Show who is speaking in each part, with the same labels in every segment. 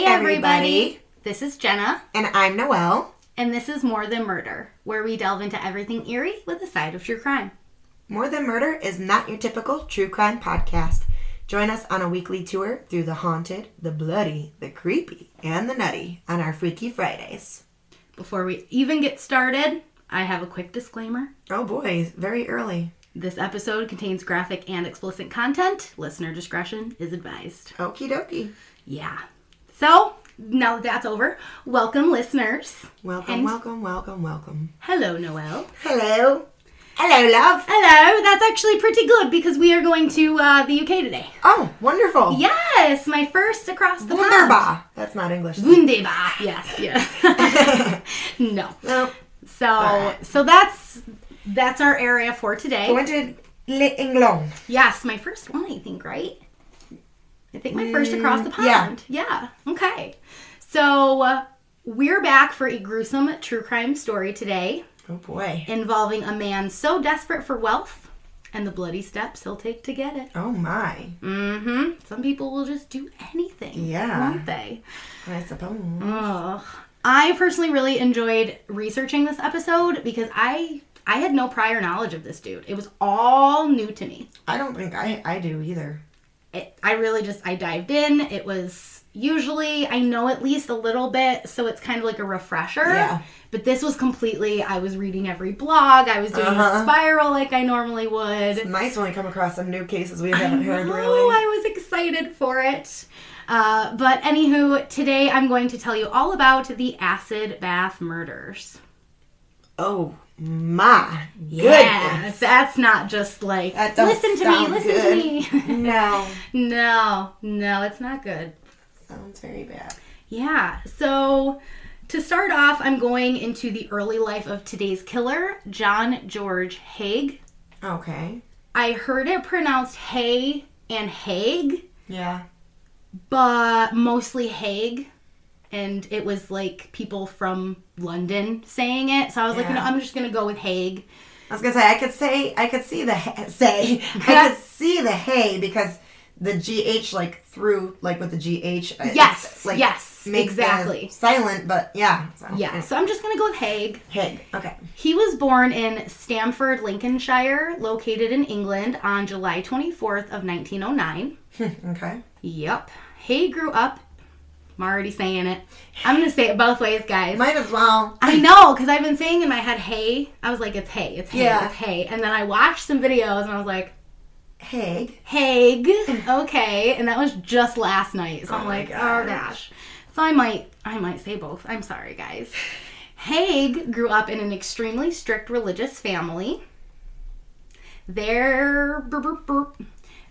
Speaker 1: everybody. This is Jenna,
Speaker 2: And I'm Noelle.
Speaker 1: and this is More Than Murder, where we delve into everything eerie with a side of true crime.
Speaker 2: More Than Murder is not your typical true crime podcast. Join us on a weekly tour through the haunted, the bloody, the creepy, and the nutty on our Freaky Fridays.
Speaker 1: Before we even get started, I have a quick disclaimer.
Speaker 2: Oh boy, very early.
Speaker 1: This episode contains graphic and explicit content. Listener discretion is advised.
Speaker 2: Okie dokie.
Speaker 1: Yeah. So, now that that's over, welcome listeners.
Speaker 2: Welcome,
Speaker 1: And-
Speaker 2: welcome, welcome, welcome.
Speaker 1: Hello, Noel.
Speaker 2: Hello. Hello, love.
Speaker 1: Hello, that's actually pretty good because we are going to uh, the UK today.
Speaker 2: Oh, wonderful.
Speaker 1: Yes, my first across the pond.
Speaker 2: Wunderbar. That's not English.
Speaker 1: Wunderbar. Yes, yes. no.
Speaker 2: no.
Speaker 1: So so that's that's our area for
Speaker 2: I
Speaker 1: today.
Speaker 2: went to Le England.
Speaker 1: Yes, my first one, I think, right? I think my first across the
Speaker 2: Mm, yeah.
Speaker 1: pond. Yeah. Okay. So uh, we're back for a gruesome true crime story today
Speaker 2: Oh boy.
Speaker 1: involving a man so desperate for wealth and the bloody steps he'll take to get it.
Speaker 2: Oh my.
Speaker 1: Mm-hmm. Some people will just do anything.
Speaker 2: Yeah.
Speaker 1: Won't they?
Speaker 2: I suppose.
Speaker 1: Ugh. I personally really enjoyed researching this episode because I I had no prior knowledge of this dude. It was all new to me.
Speaker 2: I don't think I, I do either.
Speaker 1: It, I really just I dived in. It was usually I know at least a little bit, so it's kind of like a refresher.
Speaker 2: Yeah.
Speaker 1: But this was completely I was reading every blog. I was doing a
Speaker 2: Uh-huh.
Speaker 1: spiral like I normally would.
Speaker 2: It's nice when we come across some new cases we
Speaker 1: I
Speaker 2: haven't heard
Speaker 1: know,
Speaker 2: really.
Speaker 1: I was excited for it. Uh, but anywho, today I'm going to tell you all about the acid bath murders.
Speaker 2: Oh my
Speaker 1: Yeah,
Speaker 2: goodness.
Speaker 1: that's not just like
Speaker 2: That don't
Speaker 1: listen to me,
Speaker 2: sound
Speaker 1: listen to me.
Speaker 2: no.
Speaker 1: no, no, it's not good.
Speaker 2: Sounds very bad.
Speaker 1: Yeah. So to start off, I'm going into the early life of today's killer, John George Haig.
Speaker 2: Okay.
Speaker 1: I heard it pronounced Hay and Haig,
Speaker 2: Yeah.
Speaker 1: but mostly Haig. And it was like people from London saying it. So I was like,
Speaker 2: Yeah.
Speaker 1: no, I'm just going to go with Haig.
Speaker 2: I was gonna say I could say I could see the ha- say I could see the hay because the gh like through like with the gh. uh,
Speaker 1: Yes,
Speaker 2: it's,
Speaker 1: yes,
Speaker 2: makes the
Speaker 1: exactly.
Speaker 2: Silent, but yeah. So,
Speaker 1: Yeah. So I'm just going to go with Haig.
Speaker 2: Hay. Okay.
Speaker 1: He was born in Stamford, Lincolnshire, located in England on July 24th of 1909.
Speaker 2: okay.
Speaker 1: Yep. Hay grew up. I'm already saying it. I'm going to say it both ways, guys.
Speaker 2: Might as well.
Speaker 1: I know, because I've been saying in my head, hay. I was like, it's hay, it's hay,
Speaker 2: Yeah.
Speaker 1: it's hay. And then I watched some videos and I was like,
Speaker 2: Haig.
Speaker 1: Haig. Okay. And that was just last night. So I'm
Speaker 2: my
Speaker 1: like,
Speaker 2: gosh.
Speaker 1: oh gosh. So I might I might say both. I'm sorry guys. Haig grew up in an extremely strict religious family. They're, burp, burp, burp.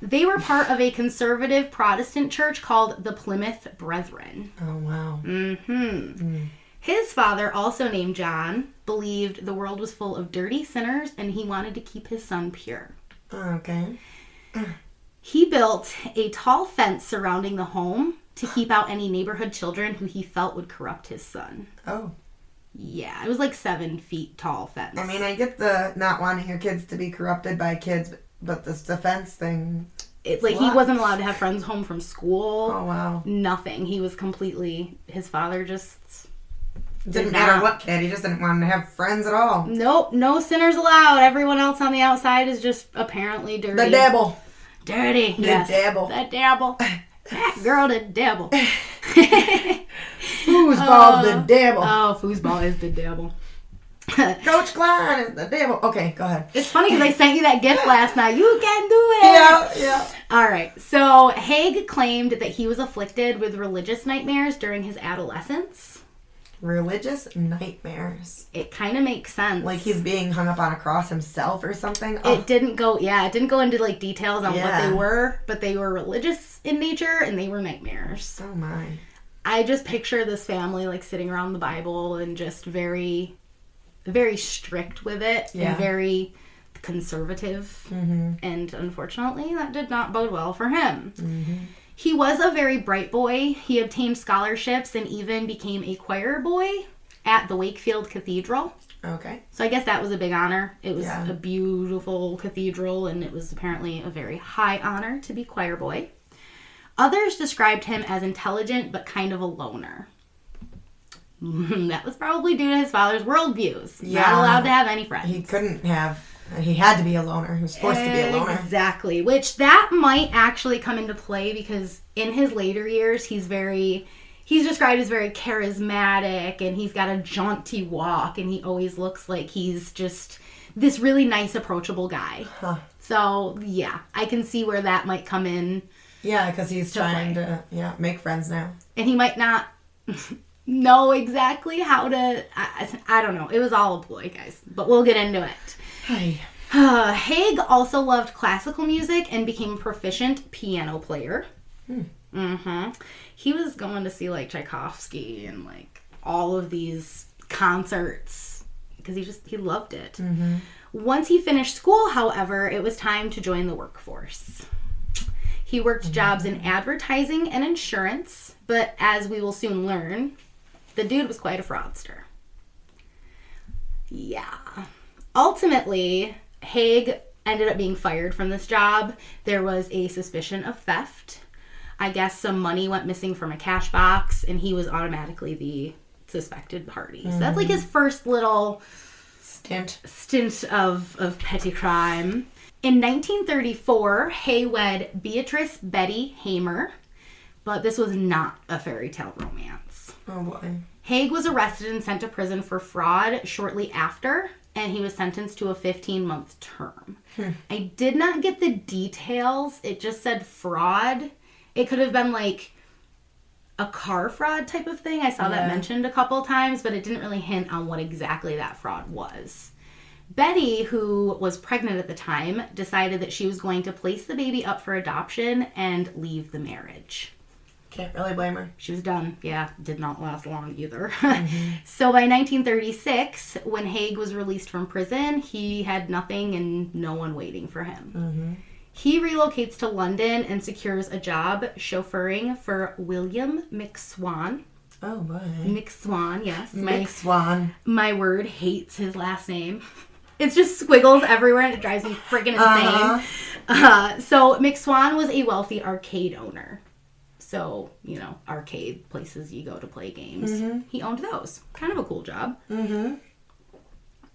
Speaker 1: they were part of a conservative Protestant church called the Plymouth Brethren. Mm-hmm.
Speaker 2: Oh wow.
Speaker 1: Mm.
Speaker 2: Mm.
Speaker 1: His father, also named John, believed the world was full of dirty sinners and he wanted to keep his son pure.
Speaker 2: Okay.
Speaker 1: He built a tall fence surrounding the home to keep out any neighborhood children who he felt would corrupt his son.
Speaker 2: Oh.
Speaker 1: Yeah, it was like seven feet tall fence.
Speaker 2: I mean, I get the not wanting your kids to be corrupted by kids, but, but this defense thing.
Speaker 1: it's like he
Speaker 2: What?
Speaker 1: wasn't allowed to have friends home from school.
Speaker 2: Oh wow!
Speaker 1: Nothing. He was completely. His father just.
Speaker 2: Didn't
Speaker 1: Did
Speaker 2: matter
Speaker 1: not.
Speaker 2: what kid. He just didn't want him to have friends at all.
Speaker 1: Nope, no sinners allowed. Everyone else on the outside is just apparently dirty.
Speaker 2: The devil.
Speaker 1: Dirty. The yes.
Speaker 2: devil.
Speaker 1: The devil. that girl, the devil.
Speaker 2: Who's bald? The devil.
Speaker 1: oh, foosball is the devil.
Speaker 2: uh, Coach Klein is the devil. Okay, go ahead.
Speaker 1: It's funny because I sent you that gift last night. You can do it.
Speaker 2: Yeah, yeah.
Speaker 1: All right. So Haig claimed that he was afflicted with religious nightmares during his adolescence.
Speaker 2: Religious nightmares.
Speaker 1: It kind of makes sense.
Speaker 2: Like he's being hung up on a cross himself or something.
Speaker 1: It
Speaker 2: Oh,
Speaker 1: didn't go. Yeah, it didn't go into like details on what
Speaker 2: Yeah.
Speaker 1: they were, but they were religious in nature and they were nightmares.
Speaker 2: oh my.
Speaker 1: I just picture this family like sitting around the Bible and just very, very strict with it
Speaker 2: Yeah.
Speaker 1: and very conservative.
Speaker 2: Mm-hmm.
Speaker 1: and unfortunately that did not bode well for him.
Speaker 2: Mm-hmm.
Speaker 1: He was a very bright boy. He obtained scholarships and even became a choir boy at the Wakefield Cathedral.
Speaker 2: Okay.
Speaker 1: So I guess that was a big honor. It was
Speaker 2: Yeah.
Speaker 1: a beautiful cathedral and it was apparently a very high honor to be choir boy. Others described him as intelligent but kind of a loner. that was probably due to his father's worldviews. Not
Speaker 2: Yeah.
Speaker 1: allowed to have any friends.
Speaker 2: He couldn't have. He had to be a loner. He was forced to be a loner.
Speaker 1: Exactly. Which that might actually come into play because in his later years, he's very, he's described as very charismatic and he's got a jaunty walk and he always looks like he's just this really nice, approachable guy.
Speaker 2: Huh.
Speaker 1: So, yeah, I can see where that might come in.
Speaker 2: Yeah, because he's trying to yeah make friends now.
Speaker 1: And he might not know exactly how to, I, I don't know. It was all a ploy, guys. But we'll get into it.
Speaker 2: Hi.
Speaker 1: Haig also loved classical music and became a proficient piano player. hmm He was going to see like Tchaikovsky and like all of these concerts because he just he loved it. Once he finished school, however, it was time to join the workforce. He worked jobs in advertising and insurance, but as we will soon learn, the dude was quite a fraudster. Yeah ultimately, Haig ended up being fired from this job. There was a suspicion of theft. I guess some money went missing from a cash box, and he was automatically the suspected party. So that's like his first little
Speaker 2: Stint.
Speaker 1: stint of, of petty crime. In 1934, Hay wed Beatrice Betty Hamer, but this was not a fairy tale romance.
Speaker 2: Oh boy.
Speaker 1: Haig was arrested and sent to prison for fraud shortly after, and he was sentenced to a 15 month term. I did not get the details. It just said fraud. It could have been like a car fraud type of thing. I saw that
Speaker 2: Yeah.
Speaker 1: mentioned a couple times, but it didn't really hint on what exactly that fraud was. Betty, who was pregnant at the time, decided that she was going to place the baby up for adoption and leave the marriage.
Speaker 2: Can't really blame her.
Speaker 1: She was done. Yeah, did not last long either. so by 1936, when Haig was released from prison, he had nothing and no one waiting for him. He relocates to London and secures a job chauffeuring for William McSwan.
Speaker 2: Oh boy.
Speaker 1: McSwan, yes. My,
Speaker 2: Make Swan.
Speaker 1: my word hates his last name. It's just squiggles everywhere and it drives me freaking insane.
Speaker 2: Uh-huh.
Speaker 1: uh so McSwan was a wealthy arcade owner. So, you know, arcade places you go to play games. He owned those. Kind of a cool job.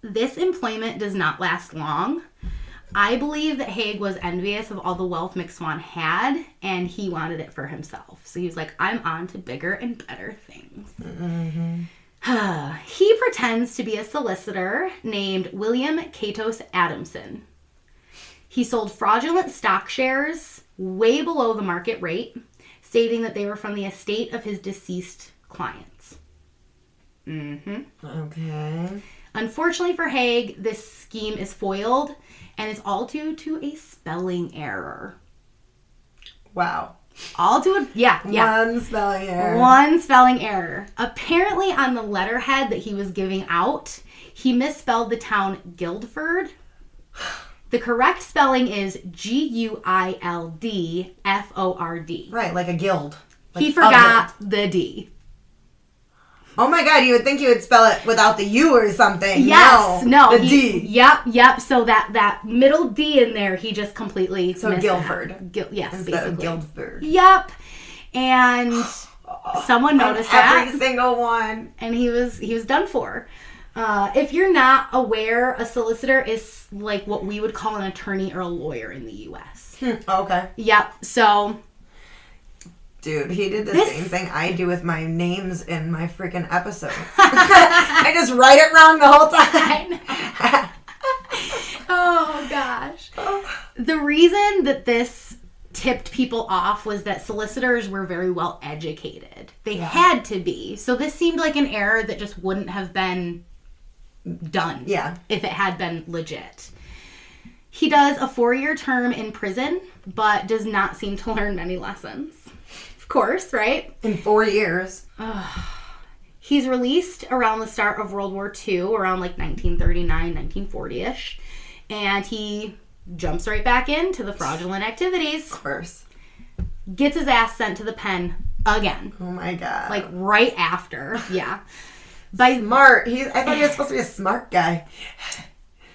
Speaker 1: This employment does not last long. I believe that Haig was envious of all the wealth McSwan had and he wanted it for himself. So he was like, I'm on to bigger and better things. he pretends to be a solicitor named William Katos Adamson. He sold fraudulent stock shares way below the market rate, stating that they were from the estate of his deceased clients. hmm
Speaker 2: Okay.
Speaker 1: Unfortunately for Haig, this scheme is foiled, and it's all due to a spelling error.
Speaker 2: Wow.
Speaker 1: All to a yeah yeah.
Speaker 2: One spelling error.
Speaker 1: One spelling error. Apparently, on the letterhead that he was giving out, he misspelled the town Guildford. The correct spelling is G U I L D F O R D.
Speaker 2: Right, like a guild. Like
Speaker 1: He
Speaker 2: a
Speaker 1: forgot the D.
Speaker 2: guild. Oh my god, you would think you would spell it without the U or something.
Speaker 1: Yes, no.
Speaker 2: the
Speaker 1: he-
Speaker 2: D.
Speaker 1: Yep, yep. So that that middle D in there, he just completely
Speaker 2: So
Speaker 1: missed
Speaker 2: Guildford.
Speaker 1: that. Gil- yes,
Speaker 2: Instead of
Speaker 1: basically.
Speaker 2: Guildford.
Speaker 1: Yep. And someone noticed that.
Speaker 2: Every single one.
Speaker 1: and he was he was done for. Uh, if you're not aware, a solicitor is like what we would call an attorney or a lawyer in the U.S.
Speaker 2: Hmm, Okay.
Speaker 1: Yep. So
Speaker 2: Dude, he did the
Speaker 1: This-
Speaker 2: same thing I do with my names in my freaking episodes. I just write it wrong the whole time.
Speaker 1: oh gosh. The reason that this tipped people off was that solicitors were very well educated. They had to be. So this seemed like an error that just wouldn't have been done.
Speaker 2: Yeah.
Speaker 1: If it had been legit. He does a four year term in prison, but does not seem to learn many lessons. Of course, right?
Speaker 2: In four years.
Speaker 1: He's released around the start of World War II, around like 1939, 1940 ish, and he jumps right back into the fraudulent activities,
Speaker 2: Of course.
Speaker 1: gets his ass sent to the pen again,
Speaker 2: Oh my god.
Speaker 1: like right after. Yeah. By
Speaker 2: smart. He, I thought he was supposed to be a smart guy.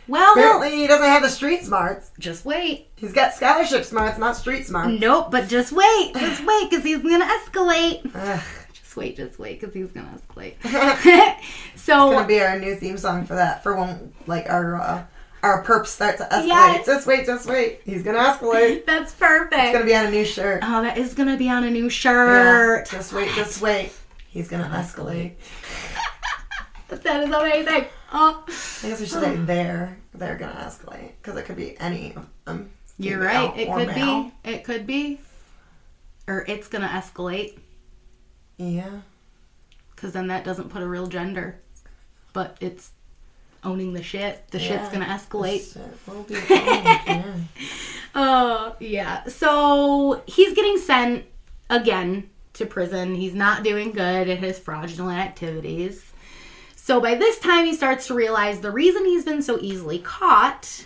Speaker 1: Well, he'll-
Speaker 2: Apparently, he doesn't have the street smarts.
Speaker 1: just wait.
Speaker 2: He's got scholarship smarts, not street smarts.
Speaker 1: Nope, but just wait. Just wait, because he's going to escalate.
Speaker 2: Ugh,
Speaker 1: Just wait, just wait, because he's going to escalate.
Speaker 2: It's
Speaker 1: so,
Speaker 2: gonna be our new theme song for that. For when like our uh, our perps start to escalate.
Speaker 1: Yes.
Speaker 2: Just wait, just wait. He's gonna escalate.
Speaker 1: that's perfect.
Speaker 2: It's gonna be on a new shirt.
Speaker 1: oh, that is going to be on a new
Speaker 2: Yeah.
Speaker 1: shirt.
Speaker 2: Just wait, just wait. He's gonna escalate.
Speaker 1: That is amazing. Oh,
Speaker 2: I guess we should say they're they're gonna escalate because it could be any of them.
Speaker 1: you're
Speaker 2: female
Speaker 1: right. It
Speaker 2: or
Speaker 1: could
Speaker 2: male.
Speaker 1: be. It could be. Or it's going to escalate,
Speaker 2: Yeah.
Speaker 1: because then that doesn't put a real gender. But it's owning the shit. The shit's
Speaker 2: Yeah.
Speaker 1: going to escalate.
Speaker 2: Shit, we'll be fine, yeah.
Speaker 1: Oh, yeah. So he's getting sent again to prison. He's not doing good at his fraudulent activities. So by this time, he starts to realize the reason he's been so easily caught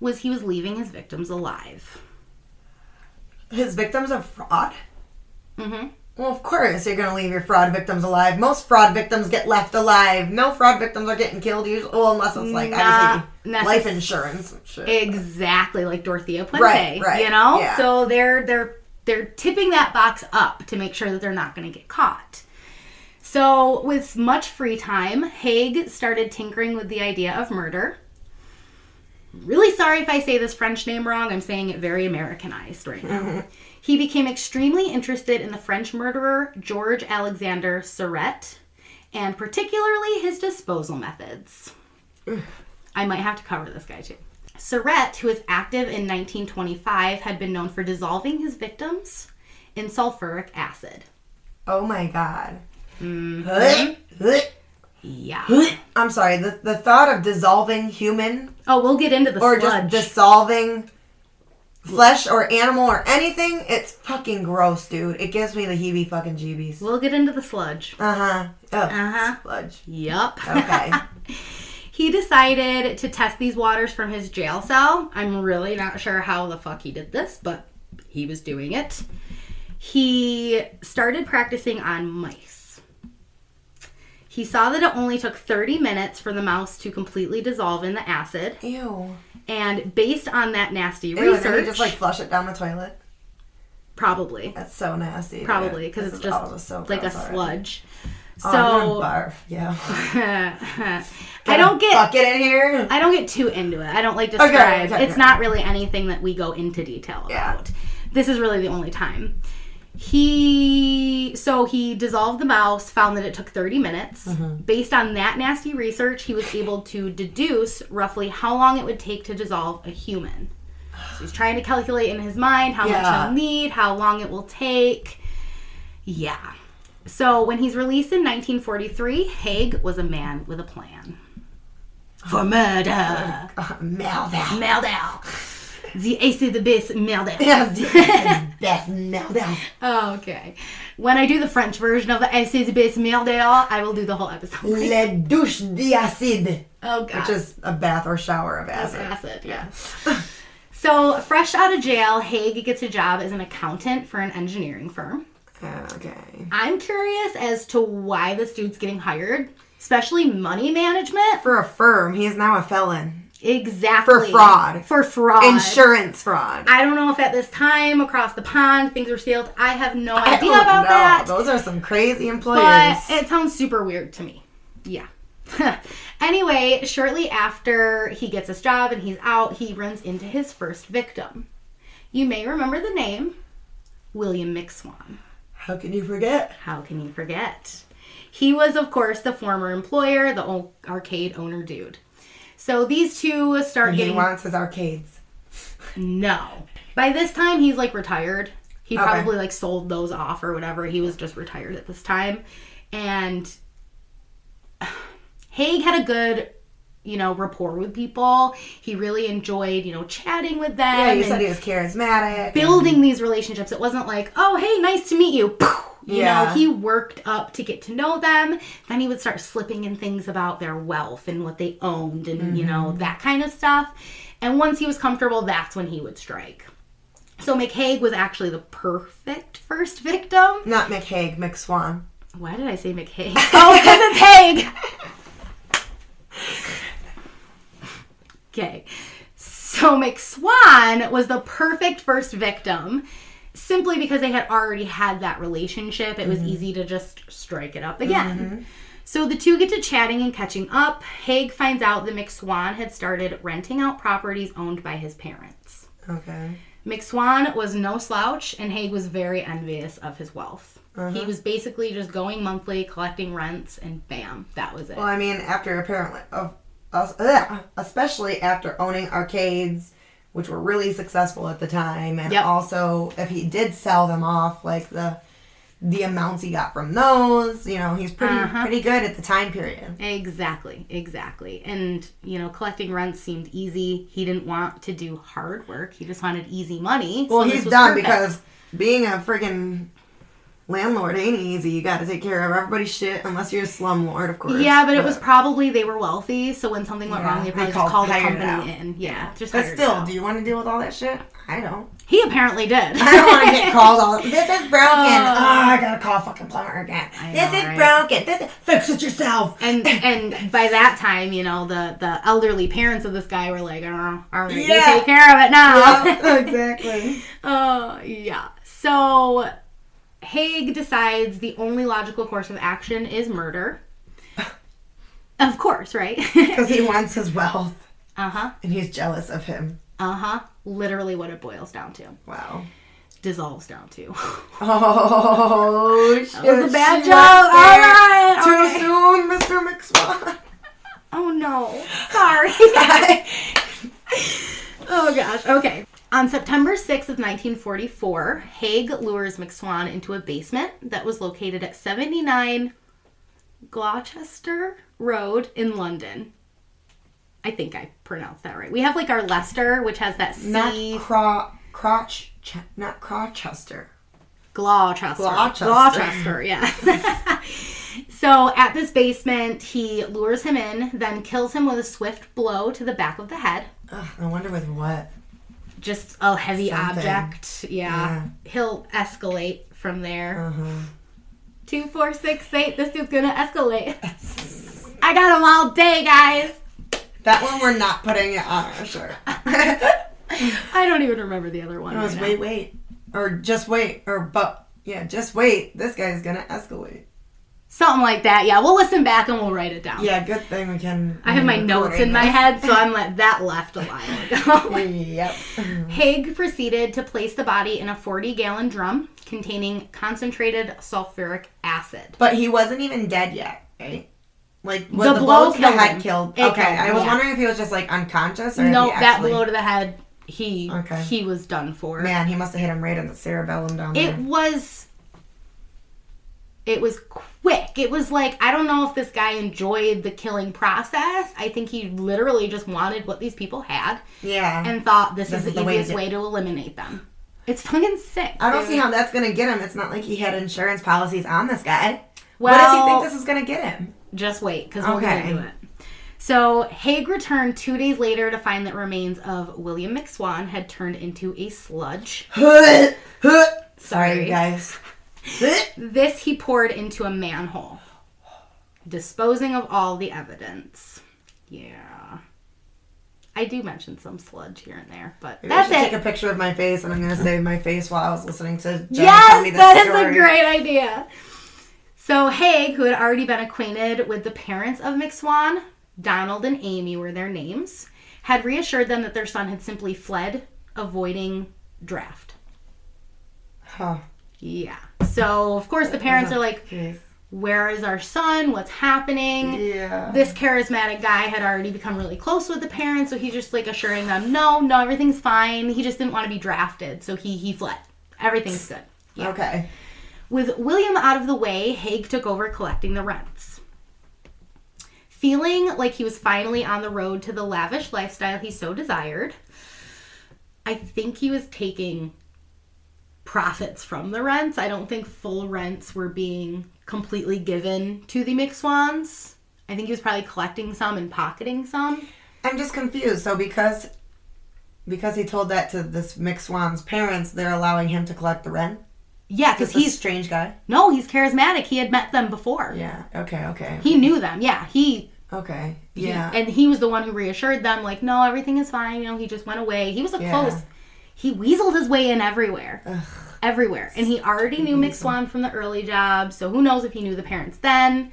Speaker 1: was he was leaving his victims alive.
Speaker 2: His victims of fraud.
Speaker 1: Mm-hmm.
Speaker 2: Well, of course you're gonna leave your fraud victims alive. Most fraud victims get left alive. No fraud victims are getting killed usually. Well, unless it's like
Speaker 1: Not
Speaker 2: obviously life insurance. and Shit.
Speaker 1: Exactly, like Dorothea Puente.
Speaker 2: Right, right,
Speaker 1: You know,
Speaker 2: yeah.
Speaker 1: so they're they're they're tipping that box up to make sure that they're not going to get caught. So, with much free time, Haig started tinkering with the idea of murder. Really sorry if I say this French name wrong. I'm saying it very Americanized right
Speaker 2: Mm-hmm.
Speaker 1: now. he became extremely interested in the French murderer George Alexander Surrette and particularly his disposal methods. I might have to cover this guy too. Surrette, who was active in 1925, had been known for dissolving his victims in sulfuric acid.
Speaker 2: oh my god.
Speaker 1: Mm-hmm. Yeah.
Speaker 2: I'm sorry. The the thought of dissolving human
Speaker 1: Oh, we'll get into the
Speaker 2: or
Speaker 1: sludge.
Speaker 2: just dissolving flesh or animal or anything. It's fucking gross, dude. It gives me the heebie fucking jeebies.
Speaker 1: we'll get into the sludge.
Speaker 2: Uh huh. Oh,
Speaker 1: Uh-huh.
Speaker 2: sludge.
Speaker 1: Yup.
Speaker 2: Okay.
Speaker 1: he decided to test these waters from his jail cell. I'm really not sure how the fuck he did this, but he was doing it. He started practicing on mice. He saw that it only took 30 minutes for the mouse to completely dissolve in the acid,
Speaker 2: Ew.
Speaker 1: and based on that nasty
Speaker 2: Ew, and then
Speaker 1: research,
Speaker 2: you just like flush it down the toilet.
Speaker 1: probably,
Speaker 2: That's so nasty. dude.
Speaker 1: probably because
Speaker 2: This
Speaker 1: it's
Speaker 2: is all
Speaker 1: just
Speaker 2: just so
Speaker 1: like a
Speaker 2: gross already.
Speaker 1: sludge.
Speaker 2: Oh, I'm gonna
Speaker 1: So
Speaker 2: barf. Yeah.
Speaker 1: I don't get
Speaker 2: Fuck it in here.
Speaker 1: I don't get too into it. I don't like describe.
Speaker 2: okay,
Speaker 1: it's
Speaker 2: okay.
Speaker 1: not really anything that we go into detail
Speaker 2: Yeah.
Speaker 1: about. This is really the only time. He so he dissolved the mouse, found that it took 30 minutes. Based on that nasty research, he was able to deduce roughly how long it would take to dissolve a human. So he's trying to calculate in his mind how
Speaker 2: Yeah.
Speaker 1: much he'll need, how long it will take. Yeah. So when he's released in 1943, Haig was a man with a plan. For murder.
Speaker 2: Uh, Mouth out.
Speaker 1: Merde out. The ace of the base, merde out.
Speaker 2: Yes, yes, yes, mouth out.
Speaker 1: Oh, Okay. When I do the French version of the ace of the base, merde out, I will do the whole episode.
Speaker 2: Le douche d'acide,
Speaker 1: Oh, God.
Speaker 2: Mm-hmm. which is a bath or shower of acid.
Speaker 1: acid, yeah. so, fresh out of jail, Haig gets a job as an accountant for an engineering firm.
Speaker 2: Okay.
Speaker 1: I'm curious as to why this dude's getting hired, especially money management.
Speaker 2: For a firm, he is now a felon.
Speaker 1: Exactly.
Speaker 2: For fraud.
Speaker 1: For fraud.
Speaker 2: Insurance fraud.
Speaker 1: I don't know if at this time across the pond things were sealed. I have no
Speaker 2: I
Speaker 1: idea
Speaker 2: don't
Speaker 1: about
Speaker 2: know.
Speaker 1: that.
Speaker 2: Oh, Those are some crazy employers.
Speaker 1: But it sounds super weird to me. Yeah. anyway, shortly after he gets his job and he's out, he runs into his first victim. You may remember the name William McSwan.
Speaker 2: How can you forget?
Speaker 1: How can you forget? He was, of course, the former employer, the old arcade owner dude. So these two start
Speaker 2: He
Speaker 1: getting
Speaker 2: wants his arcades.
Speaker 1: no. By this time, he's like retired. He
Speaker 2: Okay.
Speaker 1: probably like sold those off or whatever. He was just retired at this time. And Haig had a good, you know, rapport with people. He really enjoyed, you know, chatting with them
Speaker 2: Yeah, you
Speaker 1: and
Speaker 2: said he was charismatic.
Speaker 1: building these relationships. It wasn't like, oh, hey, nice to meet you. You know,
Speaker 2: Yeah.
Speaker 1: he worked up to get to know them. Then he would start slipping in things about their wealth and what they owned and, you know, that kind of stuff. And once he was comfortable, that's when he would strike. So McHaig was actually the perfect first victim.
Speaker 2: Not McHaig, McSwan.
Speaker 1: Why did I say McHaig? oh, because it's Haig. Okay. So McSwan was the perfect first victim simply because they had already had that relationship. It was easy to just strike it up again. So the two get to chatting and catching up. Haig finds out that McSwan had started renting out properties owned by his parents.
Speaker 2: Okay.
Speaker 1: McSwan was no slouch, and Haig was very envious of his wealth.
Speaker 2: Uh-huh.
Speaker 1: He was basically just going monthly, collecting rents, and bam, that was it.
Speaker 2: Well, I mean, after apparently, of us, ugh, especially after owning arcades, which were really successful at the time, and
Speaker 1: Yep.
Speaker 2: also if he did sell them off, like the the amounts he got from those, you know, he's pretty
Speaker 1: Uh-huh.
Speaker 2: pretty good at the time period.
Speaker 1: Exactly, exactly. And, you know, collecting rents seemed easy. He didn't want to do hard work. He just wanted easy money.
Speaker 2: Well,
Speaker 1: so this
Speaker 2: he's
Speaker 1: was
Speaker 2: done
Speaker 1: perfect.
Speaker 2: because being a friggin' landlord ain't easy. You got to take care of everybody's shit, unless you're a slumlord, of course.
Speaker 1: Yeah, but it was probably they were wealthy, so when something went
Speaker 2: Yeah,
Speaker 1: wrong, they
Speaker 2: they
Speaker 1: probably
Speaker 2: called-
Speaker 1: just called the
Speaker 2: hired
Speaker 1: company
Speaker 2: it out.
Speaker 1: in. Yeah, just
Speaker 2: But
Speaker 1: hired it
Speaker 2: still,
Speaker 1: out.
Speaker 2: do you want to deal with all that shit? I don't.
Speaker 1: he apparently did.
Speaker 2: I don't want to get called all. This is broken. Oh, I gotta call fucking plumber again. This
Speaker 1: know,
Speaker 2: is
Speaker 1: right?
Speaker 2: broken. This is, fix it yourself.
Speaker 1: and and by that time, you know, the the elderly parents of this guy were like, oh, "All right, you
Speaker 2: Yeah.
Speaker 1: take care of it now."
Speaker 2: exactly.
Speaker 1: Uh, yeah. So Haig decides the only logical course of action is murder. of course, right?
Speaker 2: Because he wants his wealth,
Speaker 1: uh huh.
Speaker 2: and he's jealous of him.
Speaker 1: Uh huh. Literally what it boils down to.
Speaker 2: Wow.
Speaker 1: Dissolves down to.
Speaker 2: Oh shit!
Speaker 1: That was a bad
Speaker 2: she
Speaker 1: joke. All
Speaker 2: went
Speaker 1: right.
Speaker 2: there
Speaker 1: okay.
Speaker 2: Too soon, Mr. McSwan.
Speaker 1: Oh no. Sorry. oh gosh. Okay. On September 6th of 1944, Haig lures McSwan into a basement that was located at 79 Gloucester Road in London. I think I pronounced that right. We have like our Leicester, which has that C.
Speaker 2: Not cro- crotch, ch- not Crotchester.
Speaker 1: Gloucester.
Speaker 2: Gloucester.
Speaker 1: Gloucester, yeah. so at this basement, he lures him in, then kills him with a swift blow to the back of the head.
Speaker 2: Ugh, I wonder with what.
Speaker 1: Just a heavy
Speaker 2: Something.
Speaker 1: object. Yeah. He'll escalate from there.
Speaker 2: Uh-huh.
Speaker 1: Two, four, six, eight. This dude's gonna escalate. I got him all day, guys.
Speaker 2: That one we're not putting it on our shirt.
Speaker 1: I don't even remember the other one.
Speaker 2: I
Speaker 1: right
Speaker 2: was
Speaker 1: now.
Speaker 2: wait, wait, or just wait, or but yeah, just wait. This guy's gonna escalate.
Speaker 1: Something like that. Yeah, we'll listen back and we'll write it down.
Speaker 2: Yeah, good thing we can.
Speaker 1: I have my notes in my head, so I'm like that left a while ago.
Speaker 2: Yep.
Speaker 1: Haig proceeded to place the body in a 40 gallon drum containing concentrated sulfuric acid.
Speaker 2: But he wasn't even dead yet, right? Like was
Speaker 1: The
Speaker 2: the, blow
Speaker 1: blow
Speaker 2: to the
Speaker 1: killed
Speaker 2: head
Speaker 1: him.
Speaker 2: killed.
Speaker 1: It
Speaker 2: okay,
Speaker 1: killed him,
Speaker 2: I was
Speaker 1: yeah.
Speaker 2: wondering if he was just like unconscious or if
Speaker 1: No,
Speaker 2: he
Speaker 1: that
Speaker 2: actually-
Speaker 1: blow to the head, he
Speaker 2: Okay.
Speaker 1: he was done for.
Speaker 2: Man, he must have hit him right in the cerebellum down
Speaker 1: It
Speaker 2: there.
Speaker 1: was it was quick. It was like I don't know if this guy enjoyed the killing process. I think he literally just wanted what these people had
Speaker 2: Yeah.
Speaker 1: and thought this,
Speaker 2: This
Speaker 1: is, the
Speaker 2: way to
Speaker 1: easiest
Speaker 2: get-
Speaker 1: way to eliminate them. It's fucking sick.
Speaker 2: I don't
Speaker 1: dude.
Speaker 2: see how that's gonna get him. It's not like he had insurance policies on this guy.
Speaker 1: Well,
Speaker 2: what does he think this is gonna get him?
Speaker 1: Just wait, because we're going
Speaker 2: Okay.
Speaker 1: to do it. So, Haig returned two days later to find that remains of William McSwan had turned into a sludge.
Speaker 2: Sorry, guys.
Speaker 1: This he poured into a manhole, disposing of all the evidence. Yeah. I do mention some sludge here and there, but
Speaker 2: Maybe
Speaker 1: that's
Speaker 2: I should
Speaker 1: it.
Speaker 2: Take a picture of my face, and I'm gonna save my face while I was listening to. Jen tell me this
Speaker 1: Yes, that is
Speaker 2: story.
Speaker 1: a great idea. So Haig, who had already been acquainted with the parents of McSwan, Donald and Amy were their names, had reassured them that their son had simply fled, avoiding draft.
Speaker 2: Huh.
Speaker 1: Yeah. So of course the parents are like, "Where is our son? What's happening?"
Speaker 2: Yeah.
Speaker 1: This charismatic guy had already become really close with the parents, so he's just like assuring them, "No, no, everything's fine." He just didn't want to be drafted, so he he fled. Everything's good.
Speaker 2: Okay.
Speaker 1: With William out of the way, Haig took over collecting the rents. Feeling like he was finally on the road to the lavish lifestyle he so desired, I think he was taking profits from the rents. I don't think full rents were being completely given to the McSwans. I think he was probably collecting some and pocketing some.
Speaker 2: I'm just confused. So because because he told that to this Mick Swan's parents, they're allowing him to collect the rent.
Speaker 1: Yeah, because
Speaker 2: Because he's
Speaker 1: he's
Speaker 2: a strange guy.
Speaker 1: no, he's charismatic. He had met them before.
Speaker 2: Yeah. Okay. Okay.
Speaker 1: He knew them. Yeah, he
Speaker 2: Okay. Yeah.
Speaker 1: And he was the one who reassured them, like, no, everything is fine. You know, he just went away. He was up
Speaker 2: Yeah.
Speaker 1: close. He weaseled his way in everywhere. Everywhere. And he already knew Mick Swan from the early job, so who knows if he knew the parents then.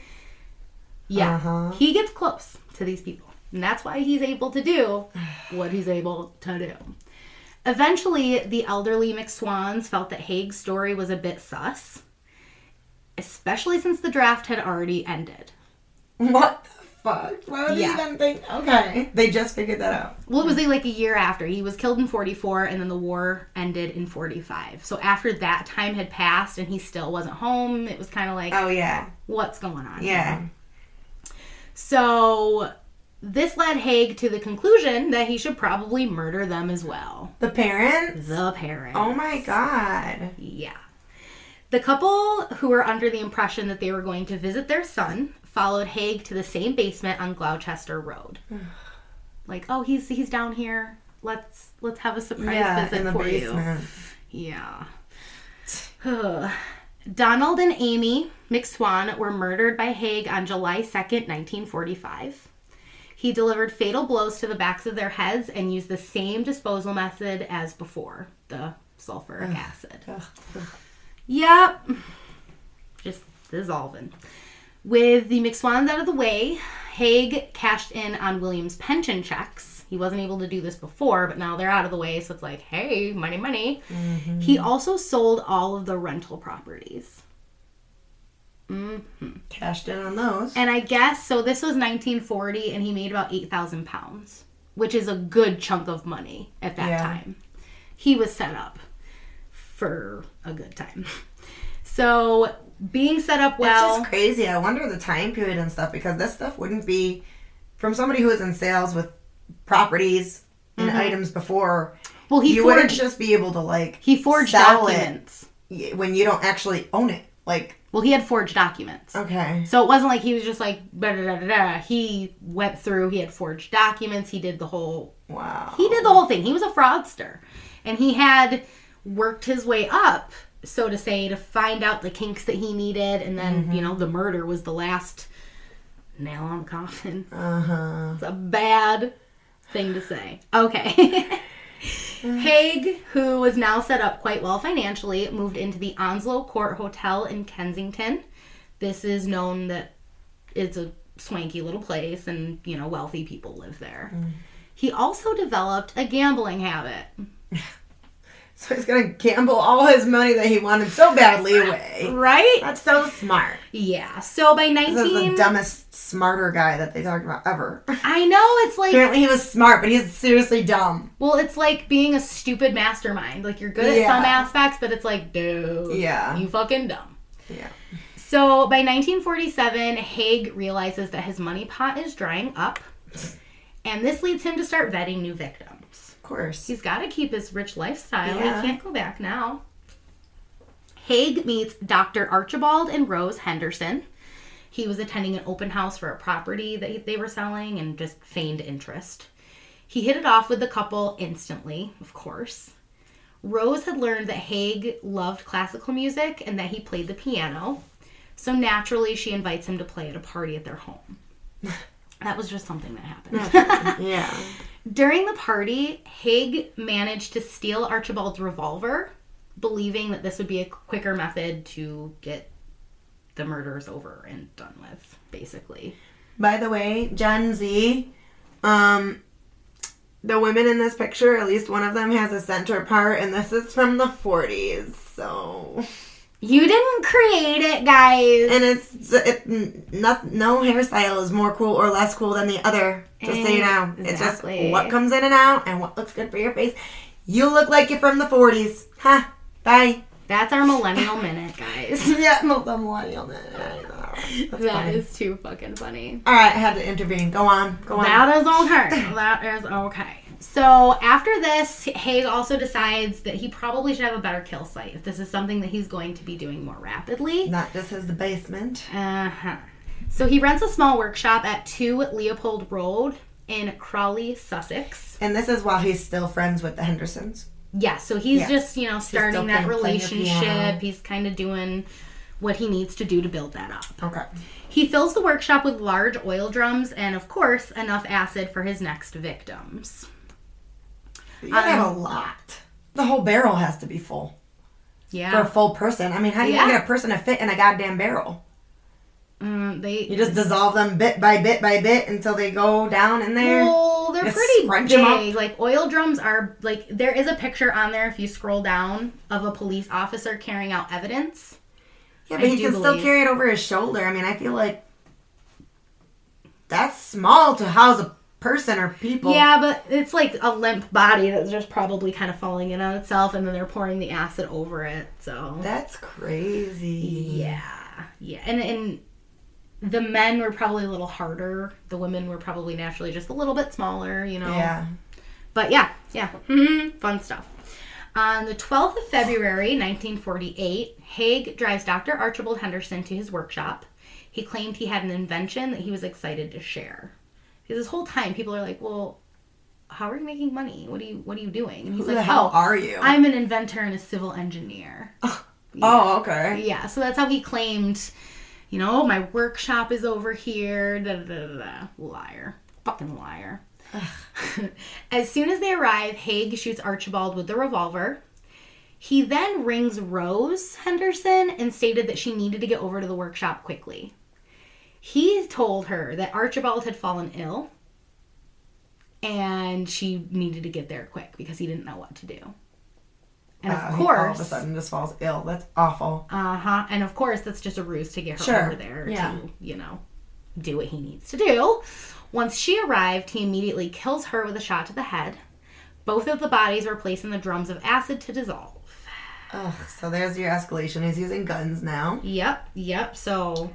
Speaker 1: Yeah.
Speaker 2: Uh-huh.
Speaker 1: He gets close to these people. And that's why he's able to do what he's able to do. Eventually, the elderly McSwans felt that Haig's story was a bit sus, especially since the draft had already ended.
Speaker 2: What the fuck? Why would
Speaker 1: Yeah.
Speaker 2: they even think? Okay. They just figured that out.
Speaker 1: Well, it was like a year after. He was killed in 44, and then the war ended in 45. So after that time had passed and he still wasn't home, it was kind of like,
Speaker 2: Oh, yeah.
Speaker 1: what's going on?
Speaker 2: Yeah.
Speaker 1: So this led Haig to the conclusion that he should probably murder them as well.
Speaker 2: The parents?
Speaker 1: The parents.
Speaker 2: Oh my god.
Speaker 1: Yeah. The couple, who were under the impression that they were going to visit their son, followed Haig to the same basement on Gloucester Road. like, oh, he's he's down here. Let's let's have a surprise visit for you. Yeah. Donald and Amy McSwan were murdered by Haig on July 2nd, 1945. He delivered fatal blows to the backs of their heads and used the same disposal method as before the sulfuric acid. Yep. Just dissolving. With the McSwans out of the way, Haig cashed in on William's pension checks. He wasn't able to do this before, but now they're out of the way, so it's like, hey, money, money.
Speaker 2: Mm-hmm.
Speaker 1: He also sold all of the rental properties.
Speaker 2: Cashed in on those.
Speaker 1: And I guess, so this was 1940, and he made about 8,000 pounds, which is a good chunk of money at that
Speaker 2: Yeah.
Speaker 1: time. He was set up for a good time. So, being set up well.
Speaker 2: it's just crazy. I wonder the time period and stuff because this stuff wouldn't be from somebody who was in sales with properties and items before.
Speaker 1: Well, he
Speaker 2: you wouldn't
Speaker 1: forged.
Speaker 2: just be able to like
Speaker 1: He forged
Speaker 2: sell it.
Speaker 1: documents.
Speaker 2: y- when you don't actually own it. Like
Speaker 1: Well, he had forged documents.
Speaker 2: okay,
Speaker 1: So it wasn't like he was just like da da da da. da. He went through. He had forged documents. He did the whole.
Speaker 2: wow.
Speaker 1: He did the whole thing. He was a fraudster, and he had worked his way up, so to say, to find out the kinks that he needed, and then
Speaker 2: Mm-hmm.
Speaker 1: you know the murder was the last nail on the coffin.
Speaker 2: Uh huh.
Speaker 1: It's a bad thing to say. Okay. Haig, who was now set up quite well financially, moved into the Onslow Court Hotel in Kensington. This is known that it's a swanky little place and, you know, wealthy people live there.
Speaker 2: Mm.
Speaker 1: He also developed a gambling habit.
Speaker 2: So he's gonna gamble all his money that he wanted so badly away.
Speaker 1: Right?
Speaker 2: That's so smart.
Speaker 1: Yeah. So by
Speaker 2: Eh. This is the
Speaker 1: 19
Speaker 2: dumbest, smarter guy that they talked about ever.
Speaker 1: I know it's like
Speaker 2: Apparently, he was smart, but he's seriously dumb.
Speaker 1: Well, it's like being a stupid mastermind. Like you're good at
Speaker 2: Yeah.
Speaker 1: some aspects, but it's like, dude,
Speaker 2: Yeah.
Speaker 1: you fucking dumb.
Speaker 2: Yeah.
Speaker 1: So by 1947, Haig realizes that his money pot is drying up, and this leads him to start vetting new victims.
Speaker 2: Of course.
Speaker 1: He's got to keep his rich lifestyle.
Speaker 2: Yeah.
Speaker 1: He can't go back now. Haig meets Dr. Archibald and Rose Henderson. He was attending an open house for a property that he- they were selling and just feigned interest. He hit it off with the couple instantly, of course. Rose had learned that Haig loved classical music and that he played the piano, so naturally she invites him to play at a party at their home. that was just something that happened.
Speaker 2: yeah.
Speaker 1: During the party, Haig managed to steal Archibald's revolver, believing that this would be a quicker method to get the murders over and done with, basically.
Speaker 2: By the way, Gen Z, um, the women in this picture, at least one of them has a center part, and this is from the 40s. So,
Speaker 1: You didn't create it, guys.
Speaker 2: and it's it, no, no hairstyle is more cool or less cool than the other. Just so you know, it's just
Speaker 1: Exactly.
Speaker 2: what comes in and out and what looks good for your face. You look like you're from the 40s. Ha! Bye.
Speaker 1: That's our millennial minute, guys.
Speaker 2: Yeah, no, the millennial. That's
Speaker 1: That
Speaker 2: funny.
Speaker 1: is too fucking funny.
Speaker 2: All right, I had to intervene. Go on. Go on.
Speaker 1: That is okay. That is okay. So after this, Haig also decides that he probably should have a better kill site if this is something that he's going to be doing more rapidly.
Speaker 2: Not just as the basement.
Speaker 1: Uh-huh. So he rents a small workshop at 2 Leopold Road in Crawley, Sussex.
Speaker 2: And this is while he's still friends with the Hendersons.
Speaker 1: Yeah, so he's
Speaker 2: Yeah.
Speaker 1: just, you know, starting that
Speaker 2: playing- playing the
Speaker 1: relationship.
Speaker 2: piano.
Speaker 1: He's kind of doing what he needs to do to build that up.
Speaker 2: Okay.
Speaker 1: He fills the workshop with large oil drums and, of course, enough acid for his next victims.
Speaker 2: You gotta have a lot. The whole barrel has to be full for
Speaker 1: Yeah.
Speaker 2: a full person. I mean, how do you
Speaker 1: Yeah.
Speaker 2: get a person to fit in a goddamn barrel?
Speaker 1: Mm, they.
Speaker 2: You just dissolve them bit by bit by bit until they go down in there.
Speaker 1: Well, Oh, they're
Speaker 2: Just
Speaker 1: pretty
Speaker 2: scrunch 'em up.
Speaker 1: big. Like oil drums are like there is a picture on there if you scroll down of a police officer carrying out evidence.
Speaker 2: yeah,
Speaker 1: I
Speaker 2: but he
Speaker 1: do
Speaker 2: can still
Speaker 1: believe-
Speaker 2: carry it over his shoulder. I mean, I feel like that's small to house a person or people.
Speaker 1: Yeah, but it's like a limp body that's just probably kind of falling in on itself, and then they're pouring the acid over it. So
Speaker 2: That's crazy.
Speaker 1: yeah, yeah, and and the men were probably a little harder. The women were probably naturally just a little bit smaller, you know.
Speaker 2: Yeah.
Speaker 1: But yeah, yeah, Mhm. fun stuff. On the 12th of February, 1948, Haig drives Dr. Archibald Henderson to his workshop. He claimed he had an invention that he was excited to share. Because this whole time, people are like, "Well, how are you making money? What are you What are you doing?" And he's
Speaker 2: Who the
Speaker 1: like,
Speaker 2: hell
Speaker 1: "Oh,
Speaker 2: are you?
Speaker 1: I'm an inventor and a civil engineer."
Speaker 2: oh, okay.
Speaker 1: Yeah, so that's how he claimed, you know, "Oh, my workshop is over here. Da, da, da, da, da. Liar. Fucking liar. as soon as they arrive, Haig shoots Archibald with the revolver. He then rings Rose Henderson and stated that she needed to get over to the workshop quickly. He told her that Archibald had fallen ill and she needed to get there quick because he didn't know what to do. And
Speaker 2: Wow,
Speaker 1: of
Speaker 2: Uh, he all of a
Speaker 1: course,
Speaker 2: sudden just falls ill. That's awful.
Speaker 1: uh huh. And of course, that's just a ruse to get her
Speaker 2: Sure.
Speaker 1: over there
Speaker 2: Yeah.
Speaker 1: to, you know, do what he needs to do. Once she arrived, he immediately kills her with a shot to the head. Both of the bodies were placed in the drums of acid to dissolve.
Speaker 2: Ugh, so there's your escalation. He's using guns now.
Speaker 1: Yep, yep. So,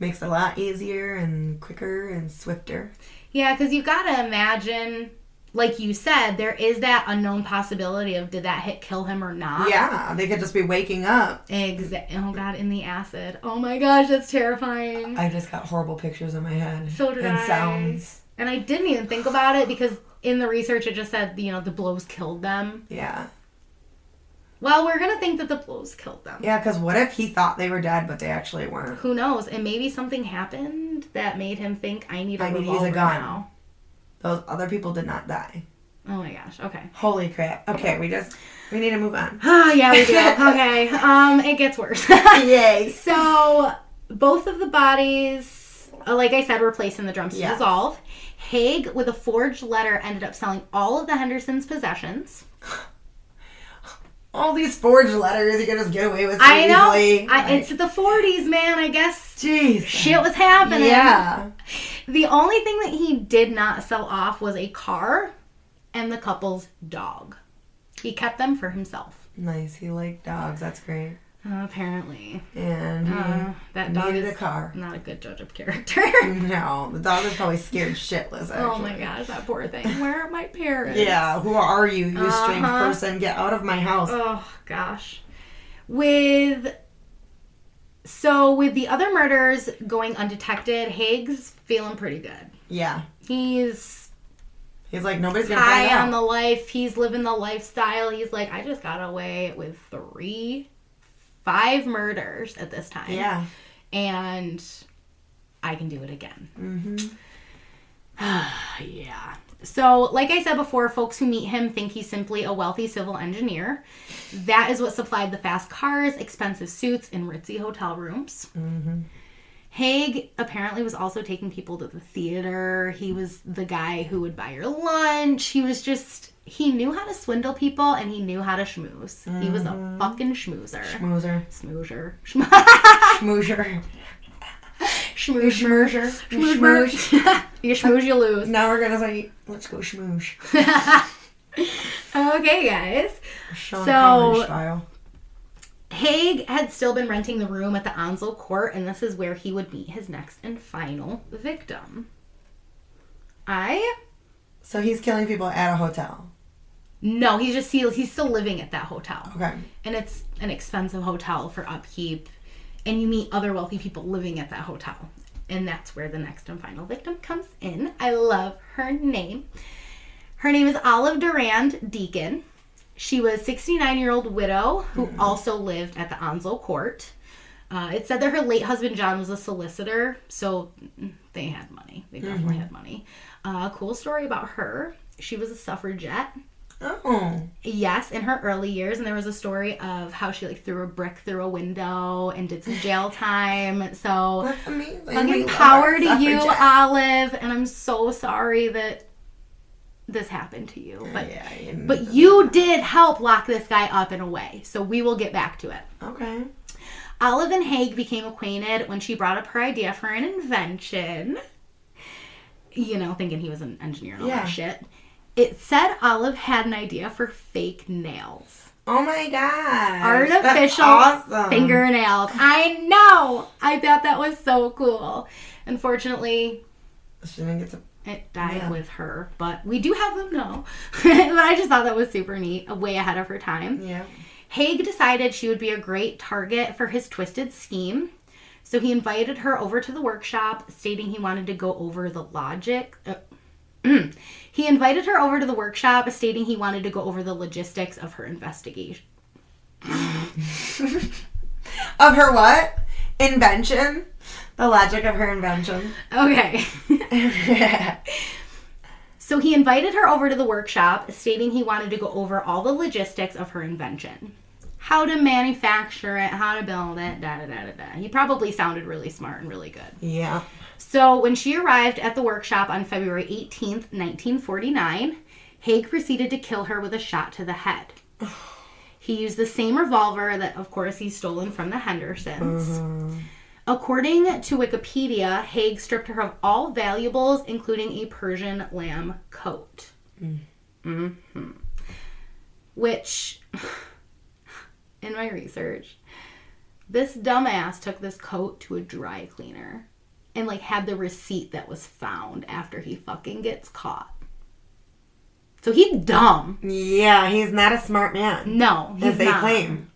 Speaker 2: Makes it a lot easier and quicker and swifter.
Speaker 1: yeah, because you gotta imagine, like you said, there is that unknown possibility of did that hit kill him or not?
Speaker 2: Yeah, they could just be waking up.
Speaker 1: Exactly. Oh, God, in the acid. Oh my gosh, that's terrifying.
Speaker 2: I just got horrible pictures in my head.
Speaker 1: So did
Speaker 2: and
Speaker 1: I.
Speaker 2: sounds.
Speaker 1: And I didn't even think about it because in the research it just said, you know, the blows killed them.
Speaker 2: Yeah.
Speaker 1: Well, we're going to think that the blows killed them.
Speaker 2: Yeah, because what if he thought they were dead, but they actually weren't?
Speaker 1: Who knows? And maybe something happened that made him think I need a
Speaker 2: I need to use a
Speaker 1: revolver
Speaker 2: gun.
Speaker 1: now.
Speaker 2: Those other people did not die.
Speaker 1: Oh my gosh. Okay.
Speaker 2: Holy crap. Okay, we just, we need to move on.
Speaker 1: Oh, yeah, we do. okay. Um it gets worse.
Speaker 2: Yay.
Speaker 1: So both of the bodies, uh, like I said, were placed in the drums
Speaker 2: Yes.
Speaker 1: to dissolve. Haig, with a forged letter, ended up selling all of the Henderson's possessions.
Speaker 2: All these forged letters you can just get away with so
Speaker 1: I know.
Speaker 2: easily.
Speaker 1: I, it's the 40s, man. I guess
Speaker 2: Jeez.
Speaker 1: shit was happening.
Speaker 2: Yeah.
Speaker 1: The only thing that he did not sell off was a car and the couple's dog. He kept them for himself.
Speaker 2: Nice. He liked dogs. That's great.
Speaker 1: Apparently.
Speaker 2: And he
Speaker 1: Uh, that dog
Speaker 2: needed
Speaker 1: is
Speaker 2: a car.
Speaker 1: not a good judge of character.
Speaker 2: No, the dog is probably scared shitless. Actually.
Speaker 1: oh my gosh, that poor thing. Where are my parents?
Speaker 2: Yeah, who are you, you strange
Speaker 1: Uh-huh.
Speaker 2: person? Get out of my house.
Speaker 1: Oh gosh. With so with the other murders going undetected, Higgs feeling pretty good.
Speaker 2: Yeah.
Speaker 1: He's
Speaker 2: He's like, nobody's gonna find
Speaker 1: high on
Speaker 2: out.
Speaker 1: the life. He's living the lifestyle. He's like, I just got away with three, five murders at this time.
Speaker 2: yeah.
Speaker 1: And I can do it again. Mm-hmm. yeah. So, like I said before, folks who meet him think he's simply a wealthy civil engineer. That is what supplied the fast cars, expensive suits, and ritzy hotel rooms. Haig apparently was also taking people to the theater. He was the guy who would buy your lunch. He was just, he knew how to swindle people and he knew how to schmooze. He was a fucking schmoozer.
Speaker 2: Schmoozer.
Speaker 1: Smoozer. Schm-
Speaker 2: Schmoozer.
Speaker 1: schmooze.
Speaker 2: Schmoozer. Schmoosh.
Speaker 1: Schmooze. you schmooze, you lose.
Speaker 2: Now we're gonna say, let's go schmoosh.
Speaker 1: Okay, guys.
Speaker 2: Sean
Speaker 1: So-
Speaker 2: Connery style.
Speaker 1: Haig had still been renting the room at the Onslow Court, and this is where he would meet his next and final victim. I
Speaker 2: So he's killing people at a hotel.
Speaker 1: no, he's just he, he's still living at that hotel.
Speaker 2: Okay.
Speaker 1: and it's an expensive hotel for upkeep and you meet other wealthy people living at that hotel and that's where the next and final victim comes in i love her name her name is olive durand deacon she was 69 year old widow who also lived at the onslow court Uh, it said that her late husband John was a solicitor, so they had money. They definitely had money. Uh, cool story about her. She was a suffragette.
Speaker 2: Oh.
Speaker 1: Yes, in her early years, and there was a story of how she like threw a brick through a window and did some jail time. So
Speaker 2: That's amazing. We
Speaker 1: fucking
Speaker 2: love
Speaker 1: power
Speaker 2: our
Speaker 1: to you,
Speaker 2: suffragettes.
Speaker 1: Olive. And I'm so sorry that this happened to you, but
Speaker 2: yeah, I am-
Speaker 1: but you did help lock this guy up in a way. So we will get back to it.
Speaker 2: okay.
Speaker 1: Olive and Haig became acquainted when she brought up her idea for an invention. You know, thinking he was an engineer and all
Speaker 2: Yeah.
Speaker 1: that shit. It said Olive had an idea for fake nails.
Speaker 2: Oh my god.
Speaker 1: Artificial fingernails. I know. I thought that was so cool. Unfortunately,
Speaker 2: She didn't get to.
Speaker 1: it died
Speaker 2: Yeah.
Speaker 1: with her, but we do have them now. but I just thought that was super neat, way ahead of her time.
Speaker 2: Yeah.
Speaker 1: Haig decided she would be a great target for his twisted scheme, so he invited her over to the workshop, stating he wanted to go over the logic. uh, he invited her over to the workshop, stating he wanted to go over the logistics of her investigation.
Speaker 2: Of her what? Invention. The logic of her invention.
Speaker 1: Okay. so he invited her over to the workshop, stating he wanted to go over all the logistics of her invention. How to manufacture it, how to build it, da da da da da. He probably sounded really smart and really good.
Speaker 2: yeah.
Speaker 1: So when she arrived at the workshop on February 18th, 1949, Haig proceeded to kill her with a shot to the head. He used the same revolver that, of course, he's stolen from the Hendersons. According to Wikipedia, Haig stripped her of all valuables, including a Persian lamb coat. Mhm. Which, in my research, this dumbass took this coat to a dry cleaner and like had the receipt that was found after he fucking gets caught. So he's dumb.
Speaker 2: Yeah, he's not a smart man,
Speaker 1: No, he's
Speaker 2: as they
Speaker 1: not.
Speaker 2: claim.